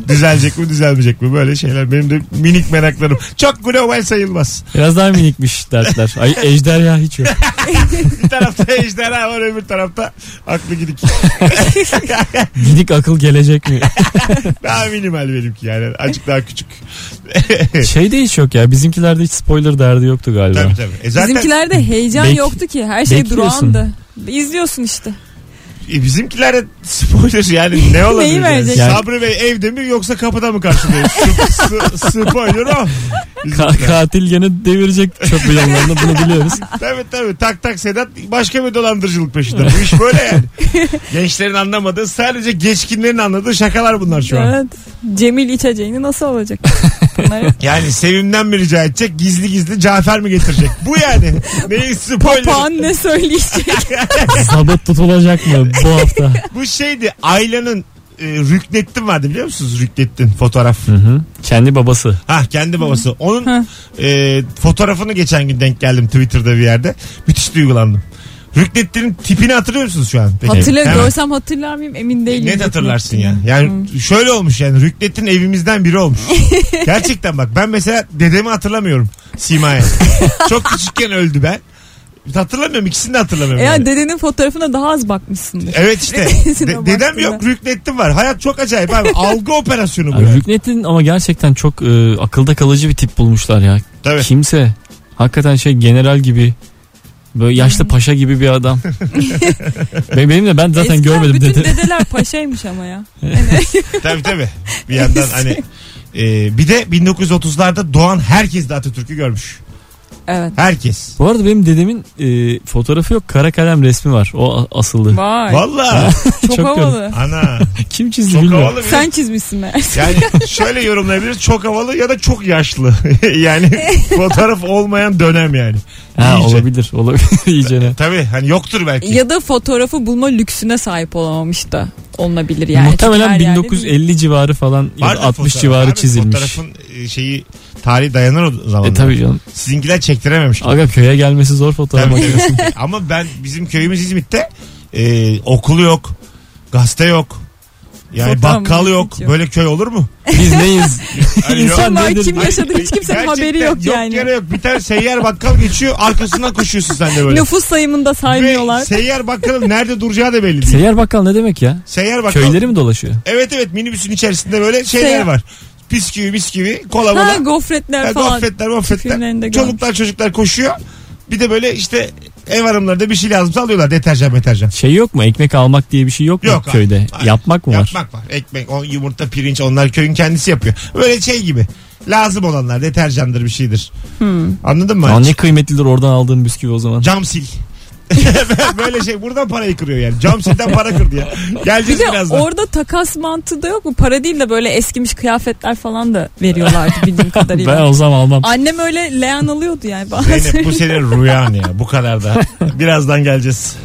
B: Düzelecek mi düzelmeyecek mi? Böyle şeyler benim de minik meraklarım. Çok global sayılmaz.
D: Biraz daha minikmiş dertler. Ay ejderha hiç yok.
B: Bir tarafta ejderha var öbür tarafta aklı gidik.
D: Gidik akıl gelecek mi?
B: Daha minimal benimki yani. Azıcık daha küçük.
D: Şeyde Şey hiç yok ya. Bizimkilerde hiç spoiler derdi yoktu galiba.
B: tabii tabii. E zaten
C: Bizimkilerde heyecan
D: Bek-
C: yoktu ki her şey
D: bekliyorsun.
C: durağandı. İzliyorsun işte.
B: e, bizimkilere spoiler yani ne olabilir? yani?
C: verecek?
D: Yani-
B: Sabri Bey evde mi yoksa kapıda mı karşılıyor? S- s- spoiler o.
D: Ka- katil gene devirecek çöp yanlarını bunu biliyoruz.
B: Tabii tabii tak tak Sedat başka bir dolandırıcılık peşinde. Bu iş böyle yani. Gençlerin anlamadığı sadece geçkinlerin anladığı şakalar bunlar şu an.
C: Evet. Cemil içeceğini nasıl olacak? Bunları
B: Yani sevimden mi rica edecek gizli gizli Cafer mi getirecek? Bu yani. Neyin spoiler?
C: Papağan ne söyleyecek?
D: Sabit tutulacak mı bu hafta?
B: Bu şeydi Ayla'nın e, Rüknettin vardı biliyor musunuz? Rüknettin fotoğraf.
D: Hı hı. Kendi babası.
B: Ha kendi babası. Onun
C: Hı.
B: e, fotoğrafını geçen gün denk geldim Twitter'da bir yerde. Müthiş duygulandım. Rüknettin'in tipini hatırlıyor musunuz şu an? Peki.
C: Hatırla
B: Hemen. E,
C: görsem hatırlar mıyım emin değilim.
B: Net hatırlarsın ya. Yani şöyle olmuş yani Rüknettin evimizden biri olmuş. Gerçekten bak ben mesela dedemi hatırlamıyorum Sima'ya. Çok küçükken öldü ben. Hatırlamıyorum ikisini de hatırlamıyorum.
C: Eğer
B: yani.
C: dedenin fotoğrafına daha az bakmışsındır.
B: Evet işte.
C: Dedesine
B: De- dedem
C: baktığında.
B: yok Rüknettin var. Hayat çok acayip abi. Algı operasyonu bu.
D: Yani
B: yani.
D: Rüknettin ama gerçekten çok e, akılda kalıcı bir tip bulmuşlar ya.
B: Tabii.
D: Kimse. Hakikaten şey general gibi. Böyle yaşlı paşa gibi bir adam. Be- Benim de ben zaten
C: Eskiden
D: görmedim
C: bütün
D: dedi.
C: dedeler paşaymış ama ya.
B: tabii tabii. Bir yandan hani e, bir de 1930'larda doğan herkes de Atatürk'ü görmüş.
C: Evet.
B: Herkes.
D: Bu arada benim dedemin e, fotoğrafı yok. Kara kalem resmi var. O a- asıldı.
C: Vay.
B: Valla.
C: çok,
D: çok
C: havalı.
B: Ana.
D: Kim çizdi
B: Çok
D: bilmiyorum.
B: havalı bir
C: Sen çizmişsin meğer.
B: Yani şöyle yorumlayabiliriz. Çok havalı ya da çok yaşlı. yani fotoğraf olmayan dönem yani.
D: Ha,
B: İyice.
D: olabilir olabilir iyicene.
B: Tabii hani yoktur belki.
C: ya da fotoğrafı bulma lüksüne sahip olamamış da. olunabilir yani.
D: Muhtemelen
C: Çünkü her yerde
D: 1950 civarı falan ya da
B: Vardır
D: 60
B: fotoğraf.
D: civarı
B: Abi
D: çizilmiş.
B: Fotoğrafın e, şeyi tarihi dayanır o zaman.
D: E tabii canım.
B: Sizinkiler çektirememiş.
D: Aga köye gelmesi zor fotoğraf
B: Tabii.
D: makinesi.
B: Ama ben bizim köyümüz İzmit'te e, okulu yok, gazete yok. Yani
C: Fotoğraf
B: bakkal yok.
C: makinesi yok.
B: Böyle köy olur mu?
D: Biz neyiz?
B: Hani yok.
D: İnsan
C: Kim var,
D: nedir?
C: kim yaşadı hiç kimsenin
B: Gerçekten
C: haberi yok, yani.
B: Yok yere yok. Bir tane seyyar bakkal geçiyor arkasından koşuyorsun sen de böyle.
C: Nüfus sayımında
B: Ve
C: saymıyorlar.
B: seyyar bakkalın nerede duracağı da belli değil.
D: Seyyar bakkal ne demek ya?
B: Seyyar bakkal.
D: Köyleri mi dolaşıyor?
B: Evet evet minibüsün içerisinde böyle şeyler
C: Seyyar-
B: var. Bisküvi bisküvi kola mola.
C: ha gofretler
B: Ha,
C: falan.
B: Gofretler
C: Filmlerinde
B: mofretler.
C: görmüş.
B: Çocuklar çocuklar koşuyor. Bir de böyle işte ev hanımları da bir şey lazımsa alıyorlar deterjan deterjan.
D: Şey yok mu? Ekmek almak diye bir şey yok mu
B: Yok abi.
D: köyde?
B: Hayır.
D: Yapmak mı var?
B: Yapmak var. Ekmek, o yumurta, pirinç onlar köyün kendisi yapıyor. Böyle şey gibi. Lazım olanlar deterjandır bir şeydir.
C: Hmm.
B: Anladın mı?
D: Aa, ne kıymetlidir oradan aldığın bisküvi o zaman.
B: Cam sil. böyle şey buradan parayı kırıyor yani. Cam silden para kırdı ya.
C: Bir
B: Geleceğiz
C: de
B: birazdan.
C: orada takas mantığı da yok mu? Para değil de böyle eskimiş kıyafetler falan da veriyorlardı bildiğim
D: ben
C: kadarıyla.
D: o zaman almam.
C: Annem öyle leğen alıyordu yani. bazen.
B: Zeynep bu senin rüyan ya. Bu kadar da. Birazdan geleceğiz.